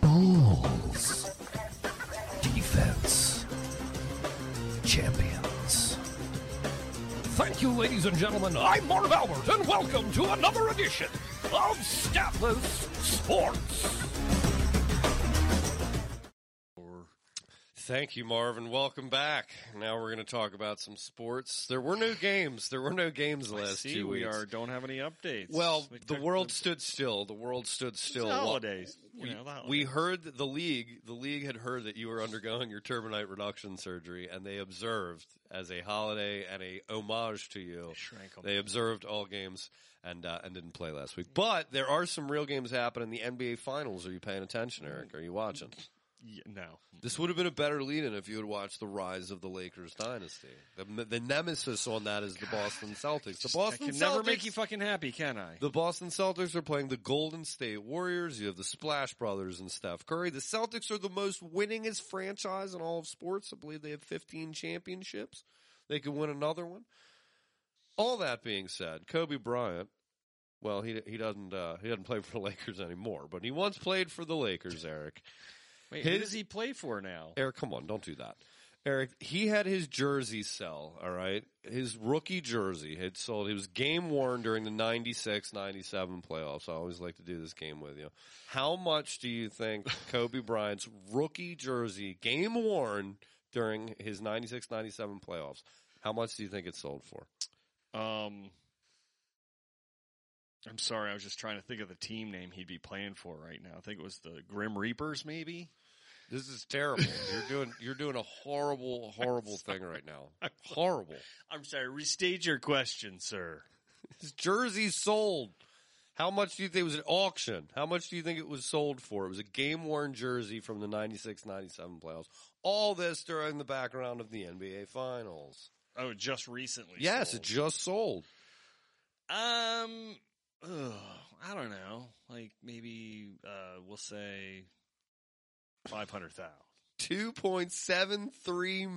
Speaker 6: balls, defense, champions. Thank you, ladies and gentlemen. I'm Marv Albert, and welcome to another edition of Stapless Sports.
Speaker 3: Thank you, Marvin. Welcome back. Now we're going to talk about some sports. There were no games. There were no games the last
Speaker 4: See,
Speaker 3: two
Speaker 4: we
Speaker 3: weeks.
Speaker 4: are don't have any updates.
Speaker 3: well,
Speaker 4: We
Speaker 3: the
Speaker 4: took
Speaker 3: world stood still. The world stood
Speaker 4: the
Speaker 3: still.
Speaker 4: holidays.
Speaker 3: We,
Speaker 4: you know, the holidays.
Speaker 3: we heard that the league. The league had heard that you were undergoing your turbinite reduction surgery, and they observed as a holiday and a homage to you.
Speaker 4: shrank 'em.
Speaker 3: They observed all games and uh, and didn't play last week. But there are some real games happening. The NBA Finals. Are you paying attention, Eric? Are you watching?
Speaker 4: Yeah, no.
Speaker 3: This would have been a better lead-in if you had watched the rise of the Lakers dynasty. The, the nemesis on that is the Boston Celtics. The
Speaker 4: I
Speaker 3: Boston
Speaker 4: can
Speaker 3: Celtics
Speaker 4: never make you fucking happy, can I?
Speaker 3: the Boston Celtics are playing the Golden State Warriors. You have the Splash Brothers and Steph Curry. The Celtics are the most winningest franchise in all of sports. I believe they have 15 championships. They could win another one. All that being said, Kobe Bryant, well, he he doesn't uh, he doesn't play for the Lakers anymore, but he once played for the Lakers, Eric.
Speaker 4: Wait, who
Speaker 3: his-
Speaker 4: does he play for now?
Speaker 3: Eric, come on, don't do that. Eric, he had his jersey sell, all right? His rookie jersey had sold. It was game worn during the 96 97 playoffs. I always like to do this game with you. How much do you [laughs] think Kobe Bryant's rookie jersey, game worn during his 96 97 playoffs, how much do you think it sold for?
Speaker 4: Um, I'm sorry, I was just trying to think of the team name he'd be playing for right now. I think it was the Grim Reapers, maybe.
Speaker 3: This is terrible. You're doing you're doing a horrible [laughs] horrible thing right now. Horrible.
Speaker 4: I'm sorry, restate your question, sir.
Speaker 3: His jersey sold. How much do you think it was at auction? How much do you think it was sold for? It was a game worn jersey from the 96 97 playoffs. All this during the background of the NBA Finals.
Speaker 4: Oh, just recently.
Speaker 3: Yes,
Speaker 4: sold.
Speaker 3: it just sold.
Speaker 4: Um, ugh, I don't know. Like maybe uh, we'll say five hundred thousand.
Speaker 3: $2.73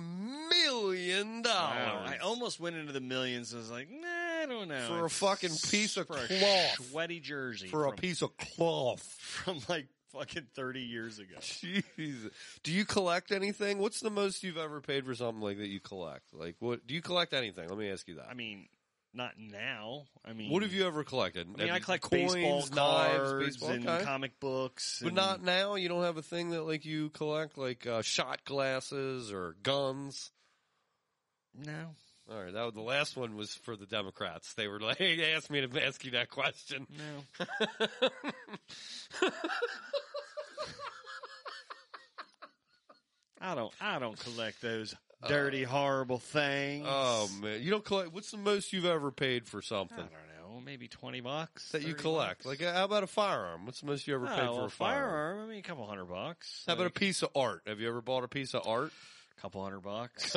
Speaker 3: million.
Speaker 4: Oh, I almost went into the millions. I was like, nah, I don't know.
Speaker 3: For a fucking piece of
Speaker 4: for a
Speaker 3: cloth.
Speaker 4: sweaty jersey,
Speaker 3: for a
Speaker 4: from-
Speaker 3: piece of cloth.
Speaker 4: from like fucking thirty years ago.
Speaker 3: Jeez. Do you collect anything? What's the most you've ever paid for something like that you collect? Like what do you collect anything? Let me ask you that.
Speaker 4: I mean, not now. I mean,
Speaker 3: What have you ever collected?
Speaker 4: I mean, I collect
Speaker 3: Coins,
Speaker 4: baseball cards
Speaker 3: baseball,
Speaker 4: and
Speaker 3: okay.
Speaker 4: comic books,
Speaker 3: but
Speaker 4: and-
Speaker 3: not now. You don't have a thing that like you collect, like uh, shot glasses or guns.
Speaker 4: no.
Speaker 3: All right, that was, the last one was for the Democrats. They were like, [laughs] "Hey, ask me to ask you that question."
Speaker 4: No.
Speaker 3: [laughs]
Speaker 4: I don't. I don't collect those dirty, horrible things.
Speaker 3: Uh, Oh man, you don't collect. What's the most you've ever paid for
Speaker 4: I
Speaker 3: something
Speaker 4: don't know. Maybe twenty bucks
Speaker 3: that you
Speaker 4: 30
Speaker 3: collect?
Speaker 4: Ah, bucks.
Speaker 3: Like, how about a firearm? What's the most you ever
Speaker 4: Oh,
Speaker 3: paid for
Speaker 4: well,
Speaker 3: a firearm?
Speaker 4: I mean, a couple hundred bucks.
Speaker 3: How about a
Speaker 4: like,
Speaker 3: piece of art? Have you ever bought a piece of art?
Speaker 4: couple hundred bucks?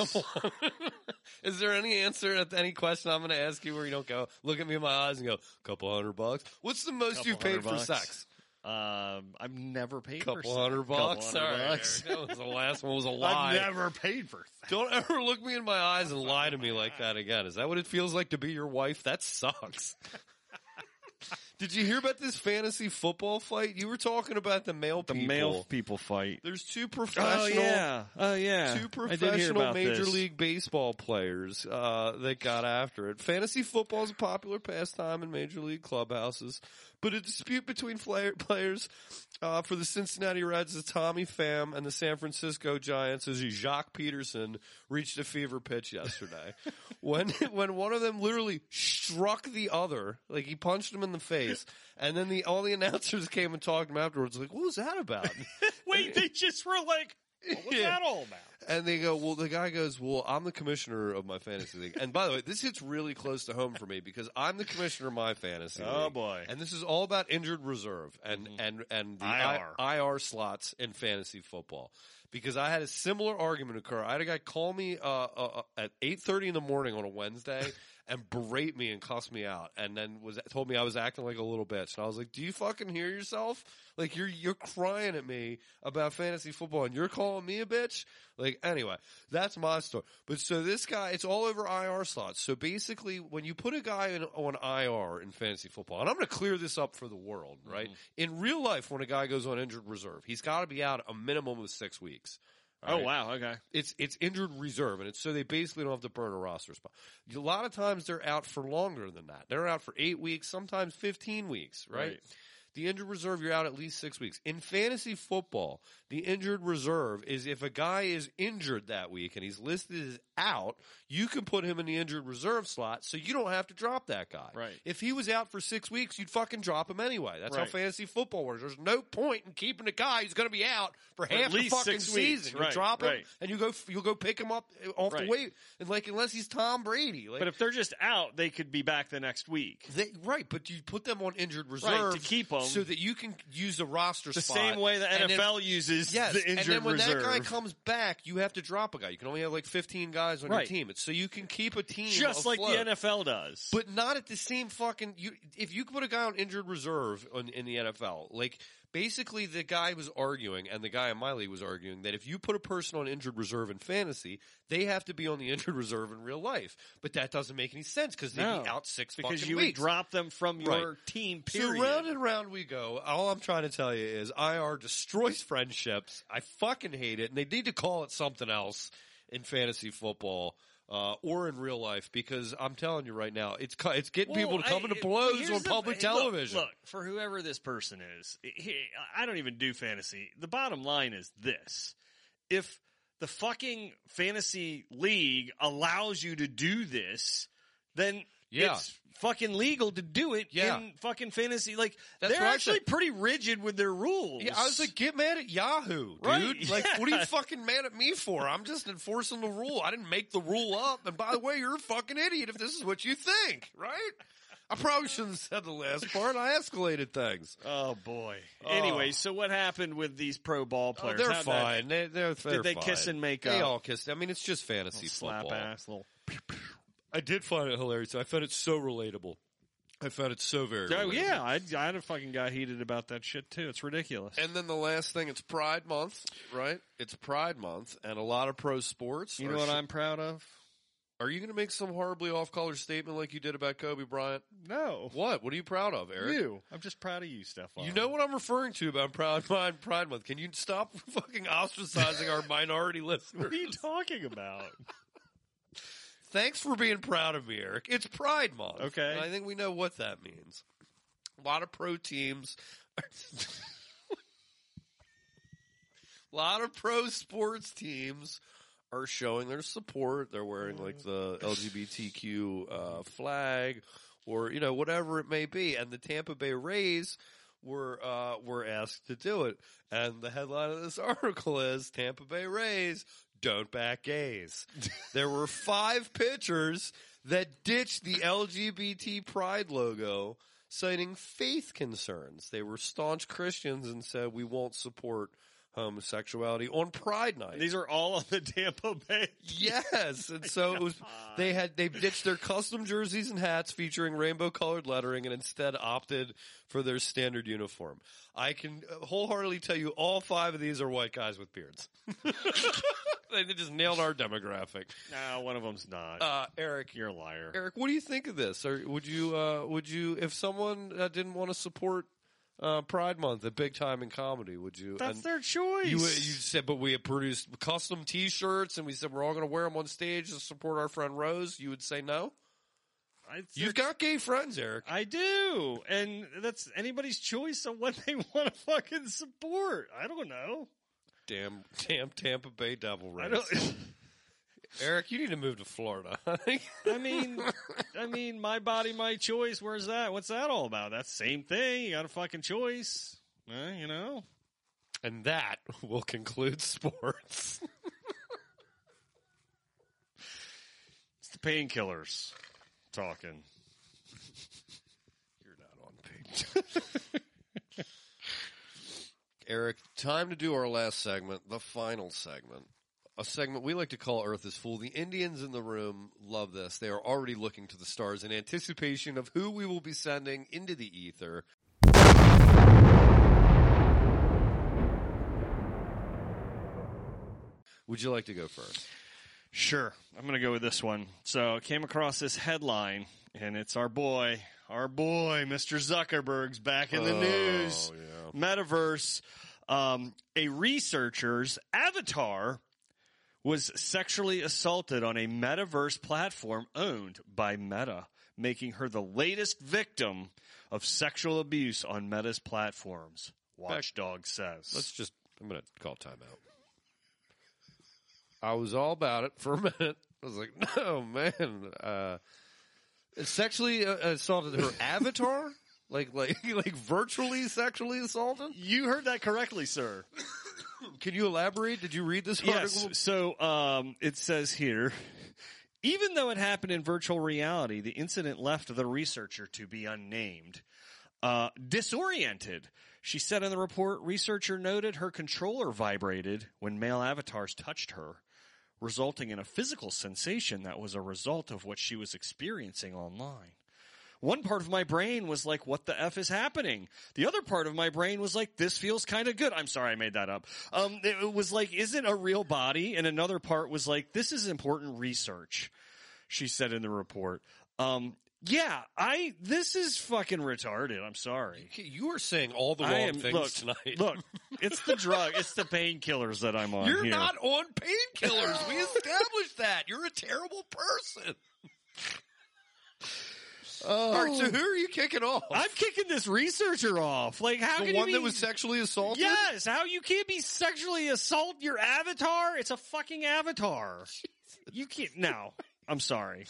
Speaker 3: [laughs] Is there any answer to any question I'm going to ask you where you don't go look at me in my eyes and go couple hundred bucks? What's the most
Speaker 4: Couple
Speaker 3: you've paid
Speaker 4: hundred
Speaker 3: for
Speaker 4: bucks.
Speaker 3: sex?
Speaker 4: [laughs] um, I've never paid for
Speaker 3: Couple
Speaker 4: sex.
Speaker 3: hundred
Speaker 4: Couple
Speaker 3: bucks.
Speaker 4: hundred
Speaker 3: All right,
Speaker 4: bucks.
Speaker 3: Eric, that was the last one was a
Speaker 4: [laughs] I've
Speaker 3: lie.
Speaker 4: never paid for. Sex.
Speaker 3: don't ever look me in my eyes and lie to me like that again. Is that what it feels like to be your wife? That
Speaker 4: [laughs]
Speaker 3: sucks. Did you hear about this fantasy football fight? You were talking about the male
Speaker 4: The
Speaker 3: people.
Speaker 4: male people fight.
Speaker 3: There's two professional
Speaker 4: oh yeah.
Speaker 3: two professional major
Speaker 4: [laughs]
Speaker 3: league baseball players uh, that got after it. Fantasy football is a popular pastime in major league clubhouses, but a dispute between fla- players uh, for the Cincinnati Reds, the Tommy Pham, and the San Francisco Giants, as Jacques Peterson reached a fever pitch yesterday, when when one of them literally struck the other, like he punched him in the face, and then the all the announcers came and talked to him afterwards, like, "What was that about?"
Speaker 4: Wait, they just were like, what was
Speaker 3: Yeah.
Speaker 4: that all about?
Speaker 3: And they go, well, the guy goes, well, I'm the commissioner of my fantasy league. And by the way, this hits really close to home for me because I'm the commissioner of my fantasy
Speaker 4: Oh,
Speaker 3: league.
Speaker 4: boy. Mm-hmm.
Speaker 3: And this is all about injured reserve and, and, and the
Speaker 4: IR.
Speaker 3: I- IR slots in fantasy football. Because I had a similar argument occur. I had a guy call me uh, uh, uh, at 8.30 in the morning on a
Speaker 4: [laughs]
Speaker 3: Wednesday and berate me and cuss me out and then was told me I was acting like a little bitch. And I was like, do you fucking hear yourself? Like you're, you're crying at me about fantasy football and you're calling me a bitch? Like anyway, that's my story. But so this guy, it's all over IR slots. So basically, when you put a guy in, on IR in fantasy football, and I'm going to clear this up for the world, right? In real life, when a guy goes on injured reserve, he's got to be out a minimum of six weeks.
Speaker 4: Oh
Speaker 3: right?
Speaker 4: wow. Okay.
Speaker 3: It's it's injured reserve, and it's so they basically don't have to burn a roster spot. A lot of times they're out for longer than that. They're out for eight weeks, sometimes fifteen weeks, right?
Speaker 4: Right.
Speaker 3: The injured reserve, you're out at least six weeks. In fantasy football, the injured reserve is if a guy is injured that week and he's listed as out, you can put him in the injured reserve slot so you don't have to drop that guy.
Speaker 4: Right.
Speaker 3: If he was out for six weeks, you'd fucking drop him anyway. That's
Speaker 4: Right.
Speaker 3: how fantasy football works. There's no point in keeping a guy who's going to be out for
Speaker 4: at
Speaker 3: half the
Speaker 4: least
Speaker 3: fucking
Speaker 4: six weeks,
Speaker 3: season.
Speaker 4: right,
Speaker 3: You drop him
Speaker 4: right.
Speaker 3: and you go you'll go pick him up eh, off
Speaker 4: Right.
Speaker 3: the way and like unless he's Tom Brady. Like,
Speaker 4: But if they're just out, they could be back the next week.
Speaker 3: they, right, but you put them on injured reserve
Speaker 4: to keep 'em.
Speaker 3: so that you can use a roster
Speaker 4: The
Speaker 3: spot.
Speaker 4: same way the
Speaker 3: and then-
Speaker 4: NFL uses
Speaker 3: yes,
Speaker 4: the
Speaker 3: and
Speaker 4: injured
Speaker 3: then when
Speaker 4: reserve.
Speaker 3: that guy comes back, you have to drop a guy. You can only have like fifteen guys on
Speaker 4: Right.
Speaker 3: your team, It's so you can keep a team
Speaker 4: just like
Speaker 3: afloat.
Speaker 4: the NFL does.
Speaker 3: But not at the same fucking. You, if you could put a guy on injured reserve on, in the NFL, like basically the guy was arguing, and the guy in my league was arguing that if you put a person on injured reserve in fantasy, they have to be on the [laughs] injured reserve in real life. But that doesn't make any sense because they'd
Speaker 4: No,
Speaker 3: be out six
Speaker 4: because
Speaker 3: fucking
Speaker 4: you would
Speaker 3: weeks.
Speaker 4: drop them from
Speaker 3: Right.
Speaker 4: your team. Period.
Speaker 3: So round and round we go. All I'm trying to tell you is IR destroys friendships. I fucking hate it, and they need to call it something else in fantasy football. Uh, or in real life, because I'm telling you right now, it's cu- it's getting people to
Speaker 4: Well,
Speaker 3: come
Speaker 4: I-
Speaker 3: into
Speaker 4: it-
Speaker 3: blows
Speaker 4: here's
Speaker 3: on
Speaker 4: the-
Speaker 3: public
Speaker 4: look,
Speaker 3: television.
Speaker 4: Look, for whoever this person is, he- I don't even do fantasy. The bottom line is this: if the fucking fantasy league allows you to do this, then
Speaker 3: Yeah.
Speaker 4: it's fucking legal to do it
Speaker 3: Yeah.
Speaker 4: in fucking fantasy. Like
Speaker 3: That's
Speaker 4: they're
Speaker 3: what I
Speaker 4: actually
Speaker 3: said.
Speaker 4: pretty rigid with their rules.
Speaker 3: Yeah, I was like, get mad at Yahoo, dude.
Speaker 4: Right,
Speaker 3: Like, what are
Speaker 4: [laughs] yeah.
Speaker 3: you fucking mad at me for? I'm just enforcing the rule. I didn't make the rule up. And by the way, you're a fucking idiot if this is what you think, right? I probably shouldn't have said the last part. I escalated things.
Speaker 4: oh boy. Anyway, so what happened with these pro ball
Speaker 3: Oh,
Speaker 4: players?
Speaker 3: they're
Speaker 4: How'd that-
Speaker 3: fine. They, they're, they're
Speaker 4: they kiss
Speaker 3: fine.
Speaker 4: and make
Speaker 3: They
Speaker 4: up?
Speaker 3: all kissed. I mean, it's just fantasy
Speaker 4: Slap
Speaker 3: football.
Speaker 4: ass, little.
Speaker 3: I did find it hilarious. I found it so relatable. I found it so very.
Speaker 4: Oh
Speaker 3: relatable.
Speaker 4: yeah, I, I had a fucking guy heated about that shit too. It's ridiculous.
Speaker 3: And then the last thing, it's Pride Month, right? It's Pride Month, and a lot of pro sports.
Speaker 4: you
Speaker 3: are
Speaker 4: know what
Speaker 3: sh-
Speaker 4: I'm proud of?
Speaker 3: Are you going to make some horribly off-color statement like you did about Kobe Bryant?
Speaker 4: No,
Speaker 3: What? What are you proud of, Eric?
Speaker 4: you. I'm just proud of you, Stefan.
Speaker 3: You know what I'm referring to about Pride Month. Pride Month. Can you stop [laughs] fucking ostracizing our minority [laughs] listeners?
Speaker 4: What are you talking about? [laughs]
Speaker 3: Thanks for being proud of me, Eric. It's Pride Month.
Speaker 4: Okay.
Speaker 3: And I think we know what that means. A lot of pro teams. A [laughs] lot of pro sports teams are showing their support. They're wearing like the LGBTQ uh, flag or, you know, whatever it may be. And the Tampa Bay Rays were, uh, were asked to do it. And the headline of this [laughs] article is Tampa Bay Rays don't back gays. there were five pitchers that ditched the LGBT pride logo citing faith concerns. They were staunch Christians and said, we won't support homosexuality on pride night.
Speaker 4: These are all on the Tampa Bay.
Speaker 3: Yes, [laughs] and so it was. They had they ditched their custom jerseys and hats featuring rainbow colored lettering, and instead opted for their standard uniform. I can wholeheartedly tell you, all five of these are white guys with beards. [laughs] they they just nailed our demographic.
Speaker 4: No, one of them's not.
Speaker 3: Uh, Eric,
Speaker 4: You're a liar.
Speaker 3: Eric, what do you think of this? Or would you uh, would you if someone uh, didn't want to support uh, Pride Month at big time in comedy, would you?
Speaker 4: That's
Speaker 3: and-
Speaker 4: their choice.
Speaker 3: you, you said, but we had produced custom T-shirts, and we said we're all going to wear them on stage to support our friend Rose. You would say no.
Speaker 4: I,
Speaker 3: You've got gay friends, Eric.
Speaker 4: I do, and that's anybody's choice on what they [laughs] want to fucking support. I don't know.
Speaker 3: Damn, damn Tampa Bay Devil
Speaker 4: I
Speaker 3: Rays.
Speaker 4: don't. [laughs]
Speaker 3: Eric, you need to move to Florida. [laughs] I think.
Speaker 4: I mean, I mean, my body, my choice. Where's that? What's that all about? That's the same thing. You got a fucking choice, Eh, you know.
Speaker 3: and that will conclude sports.
Speaker 4: painkillers talking.
Speaker 3: You're not on page. [laughs] Eric, time to do our last segment, the final segment. A segment we like to call Earth is Full. The Indians in the room love this. They are already looking to the stars in anticipation of who we will be sending into the ether. Would you like to go first?
Speaker 4: Sure. I'm going to go with this one. So I came across this headline, and it's our boy, our boy, Mr. Zuckerberg's back in the news. Metaverse. Um, a researcher's avatar was sexually assaulted on a metaverse platform owned by Meta, making her the latest victim of sexual abuse on Meta's platforms. Watchdog says.
Speaker 3: Let's just, I'm going to call timeout. I was all about it for a [laughs] minute. I was like, no, man. Uh, sexually uh, assaulted
Speaker 4: [laughs]
Speaker 3: her avatar? Like, like, [laughs] like virtually sexually assaulted?
Speaker 4: you heard that correctly, sir.
Speaker 3: Can you elaborate? Did you read this
Speaker 4: Yes.
Speaker 3: article?
Speaker 4: So um, it says here, even though it happened in virtual reality, the incident left the researcher to be unnamed uh, disoriented. She said in the report, researcher noted her controller vibrated when male avatars touched her, resulting in a physical sensation that was a result of what she was experiencing online. One part of my brain was like, what the F is happening? The other part of my brain was like, this feels kind of good. I'm sorry I made that up. Um, it was like, isn't a real body? And another part was like, this is important research. She said in the report. Um, yeah, I, this is fucking retarded. I'm sorry.
Speaker 3: You are saying all the wrong
Speaker 4: I am,
Speaker 3: things
Speaker 4: look,
Speaker 3: tonight. [laughs]
Speaker 4: look, it's the drug, it's the painkillers that I'm on.
Speaker 3: You're
Speaker 4: here.
Speaker 3: not on painkillers.
Speaker 4: [laughs]
Speaker 3: we established that. You're a terrible person. All
Speaker 4: Oh.
Speaker 3: right, so who are you kicking off?
Speaker 4: I'm kicking this researcher off. Like, how
Speaker 3: the
Speaker 4: can
Speaker 3: one
Speaker 4: you be,
Speaker 3: that was sexually assaulted?
Speaker 4: Yes, how you can't be sexually assault your avatar? It's a fucking avatar. You can't. No, I'm sorry.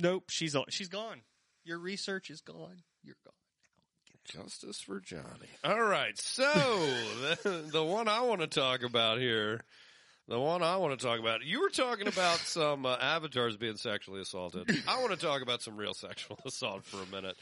Speaker 4: Nope, she's she's gone. Your research is gone. You're gone.
Speaker 3: Justice for Johnny. All right. So [laughs] the, the one I want to talk about here, the one I want to talk about, you were talking
Speaker 4: [laughs]
Speaker 3: about some uh, avatars being sexually assaulted. I want to talk about some real sexual [laughs] assault for a minute.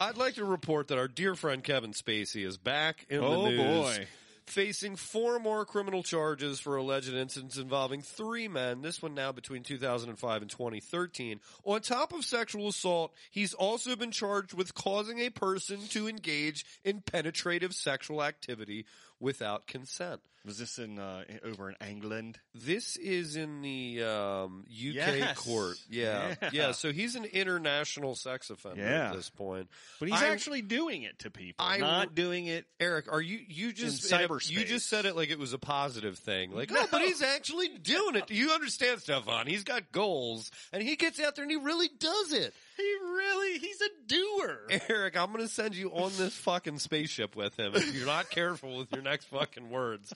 Speaker 3: I'd like to report that our dear friend Kevin Spacey is back in
Speaker 4: Oh,
Speaker 3: the news.
Speaker 4: boy.
Speaker 3: Facing four more criminal charges for alleged incidents involving three men, this one now between 2005 and 2013. On top of sexual assault, he's also been charged with causing a person to engage in penetrative sexual activity without consent.
Speaker 4: Was this in uh, in- over in England?
Speaker 3: This is in the um, UK
Speaker 4: Yes.
Speaker 3: court. Yeah.
Speaker 4: Yeah.
Speaker 3: yeah. So he's an international sex offender
Speaker 4: Yeah.
Speaker 3: at this point.
Speaker 4: But he's
Speaker 3: I-
Speaker 4: actually doing it to people,
Speaker 3: I-
Speaker 4: not doing it.
Speaker 3: Eric, are you you just
Speaker 4: In
Speaker 3: in a-
Speaker 4: cyberspace.
Speaker 3: you just said it like it was a positive thing? Like,
Speaker 4: No.
Speaker 3: oh, but he's actually doing it. Do you understand, Stefan? He's got goals, and he gets out there and he really does it.
Speaker 4: He really, he's a doer.
Speaker 3: Eric, I'm going to send you on this fucking spaceship with him if you're not careful with your next fucking words.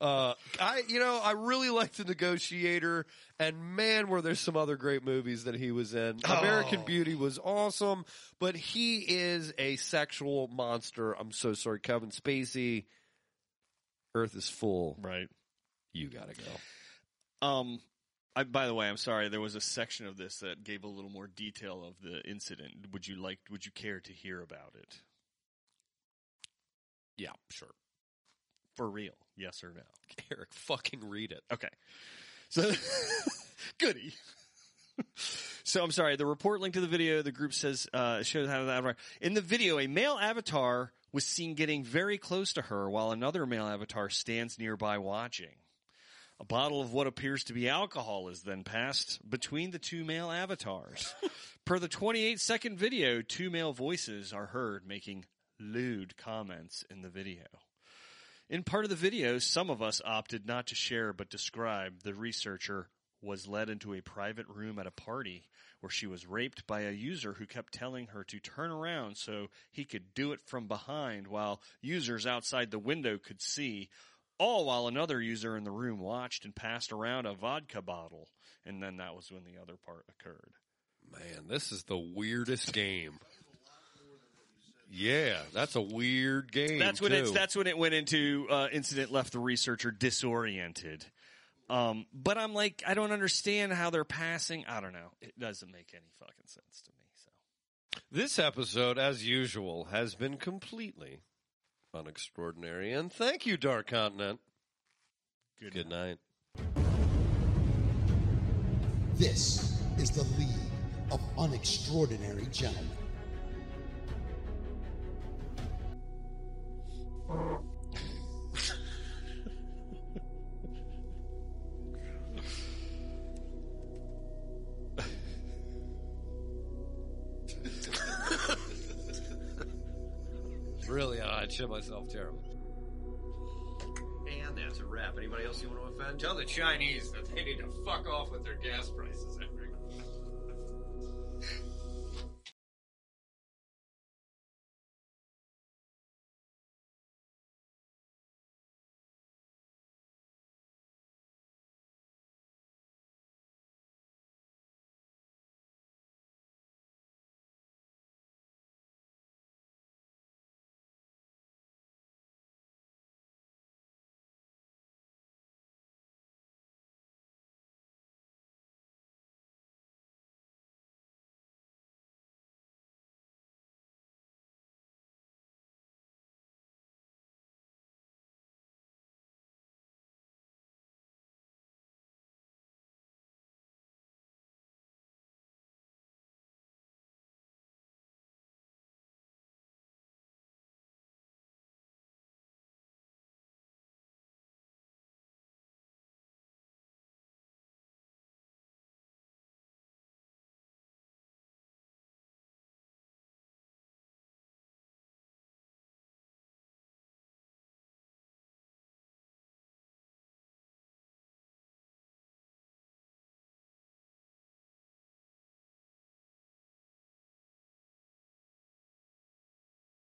Speaker 3: Uh, I, you know, I really like The Negotiator, and man, were there some other great movies that he was in. American Beauty was awesome, but he is a sexual monster. I'm so sorry, Kevin Spacey. Earth is full.
Speaker 4: Right.
Speaker 3: You gotta go.
Speaker 4: Um, I, by the way, I'm sorry. There was a section of this that gave a little more detail of the incident. Would you like? Would you care to hear about it?
Speaker 3: Yeah, sure.
Speaker 4: For real? Yes or no?
Speaker 3: [laughs] Eric, fucking read it.
Speaker 4: Okay. So, [laughs] goody. [laughs] So I'm sorry. The report linked to the video. The group says uh, shows how the avatar. In the video, a male avatar was seen getting very close to her, while another male avatar stands nearby watching. A bottle of what appears to be alcohol is then passed between the two male avatars. per the 28 second video, two male voices are heard making lewd comments in the video. In part of the video, some of us opted not to share but describe the researcher was led into a private room at a party where she was raped by a user who kept telling her to turn around so he could do it from behind while users outside the window could see, all while another user in the room watched and passed around a vodka bottle. And then that was when the other part occurred.
Speaker 3: Man, this is the weirdest game. Yeah, that's a weird game.
Speaker 4: That's when it's
Speaker 3: too.
Speaker 4: that's when it went into uh, incident left the researcher disoriented. Um, but I'm like, I don't understand how they're passing. I don't know. It doesn't make any fucking sense to me. So
Speaker 3: This episode, as usual, has been completely unextraordinary. And thank you, Dark Continent. Good, night.
Speaker 5: This is the League of Unextraordinary Gentlemen.
Speaker 3: Really, I shit myself terribly.
Speaker 1: And that's a wrap. Anybody else you want to offend? Tell the Chinese that they need to fuck off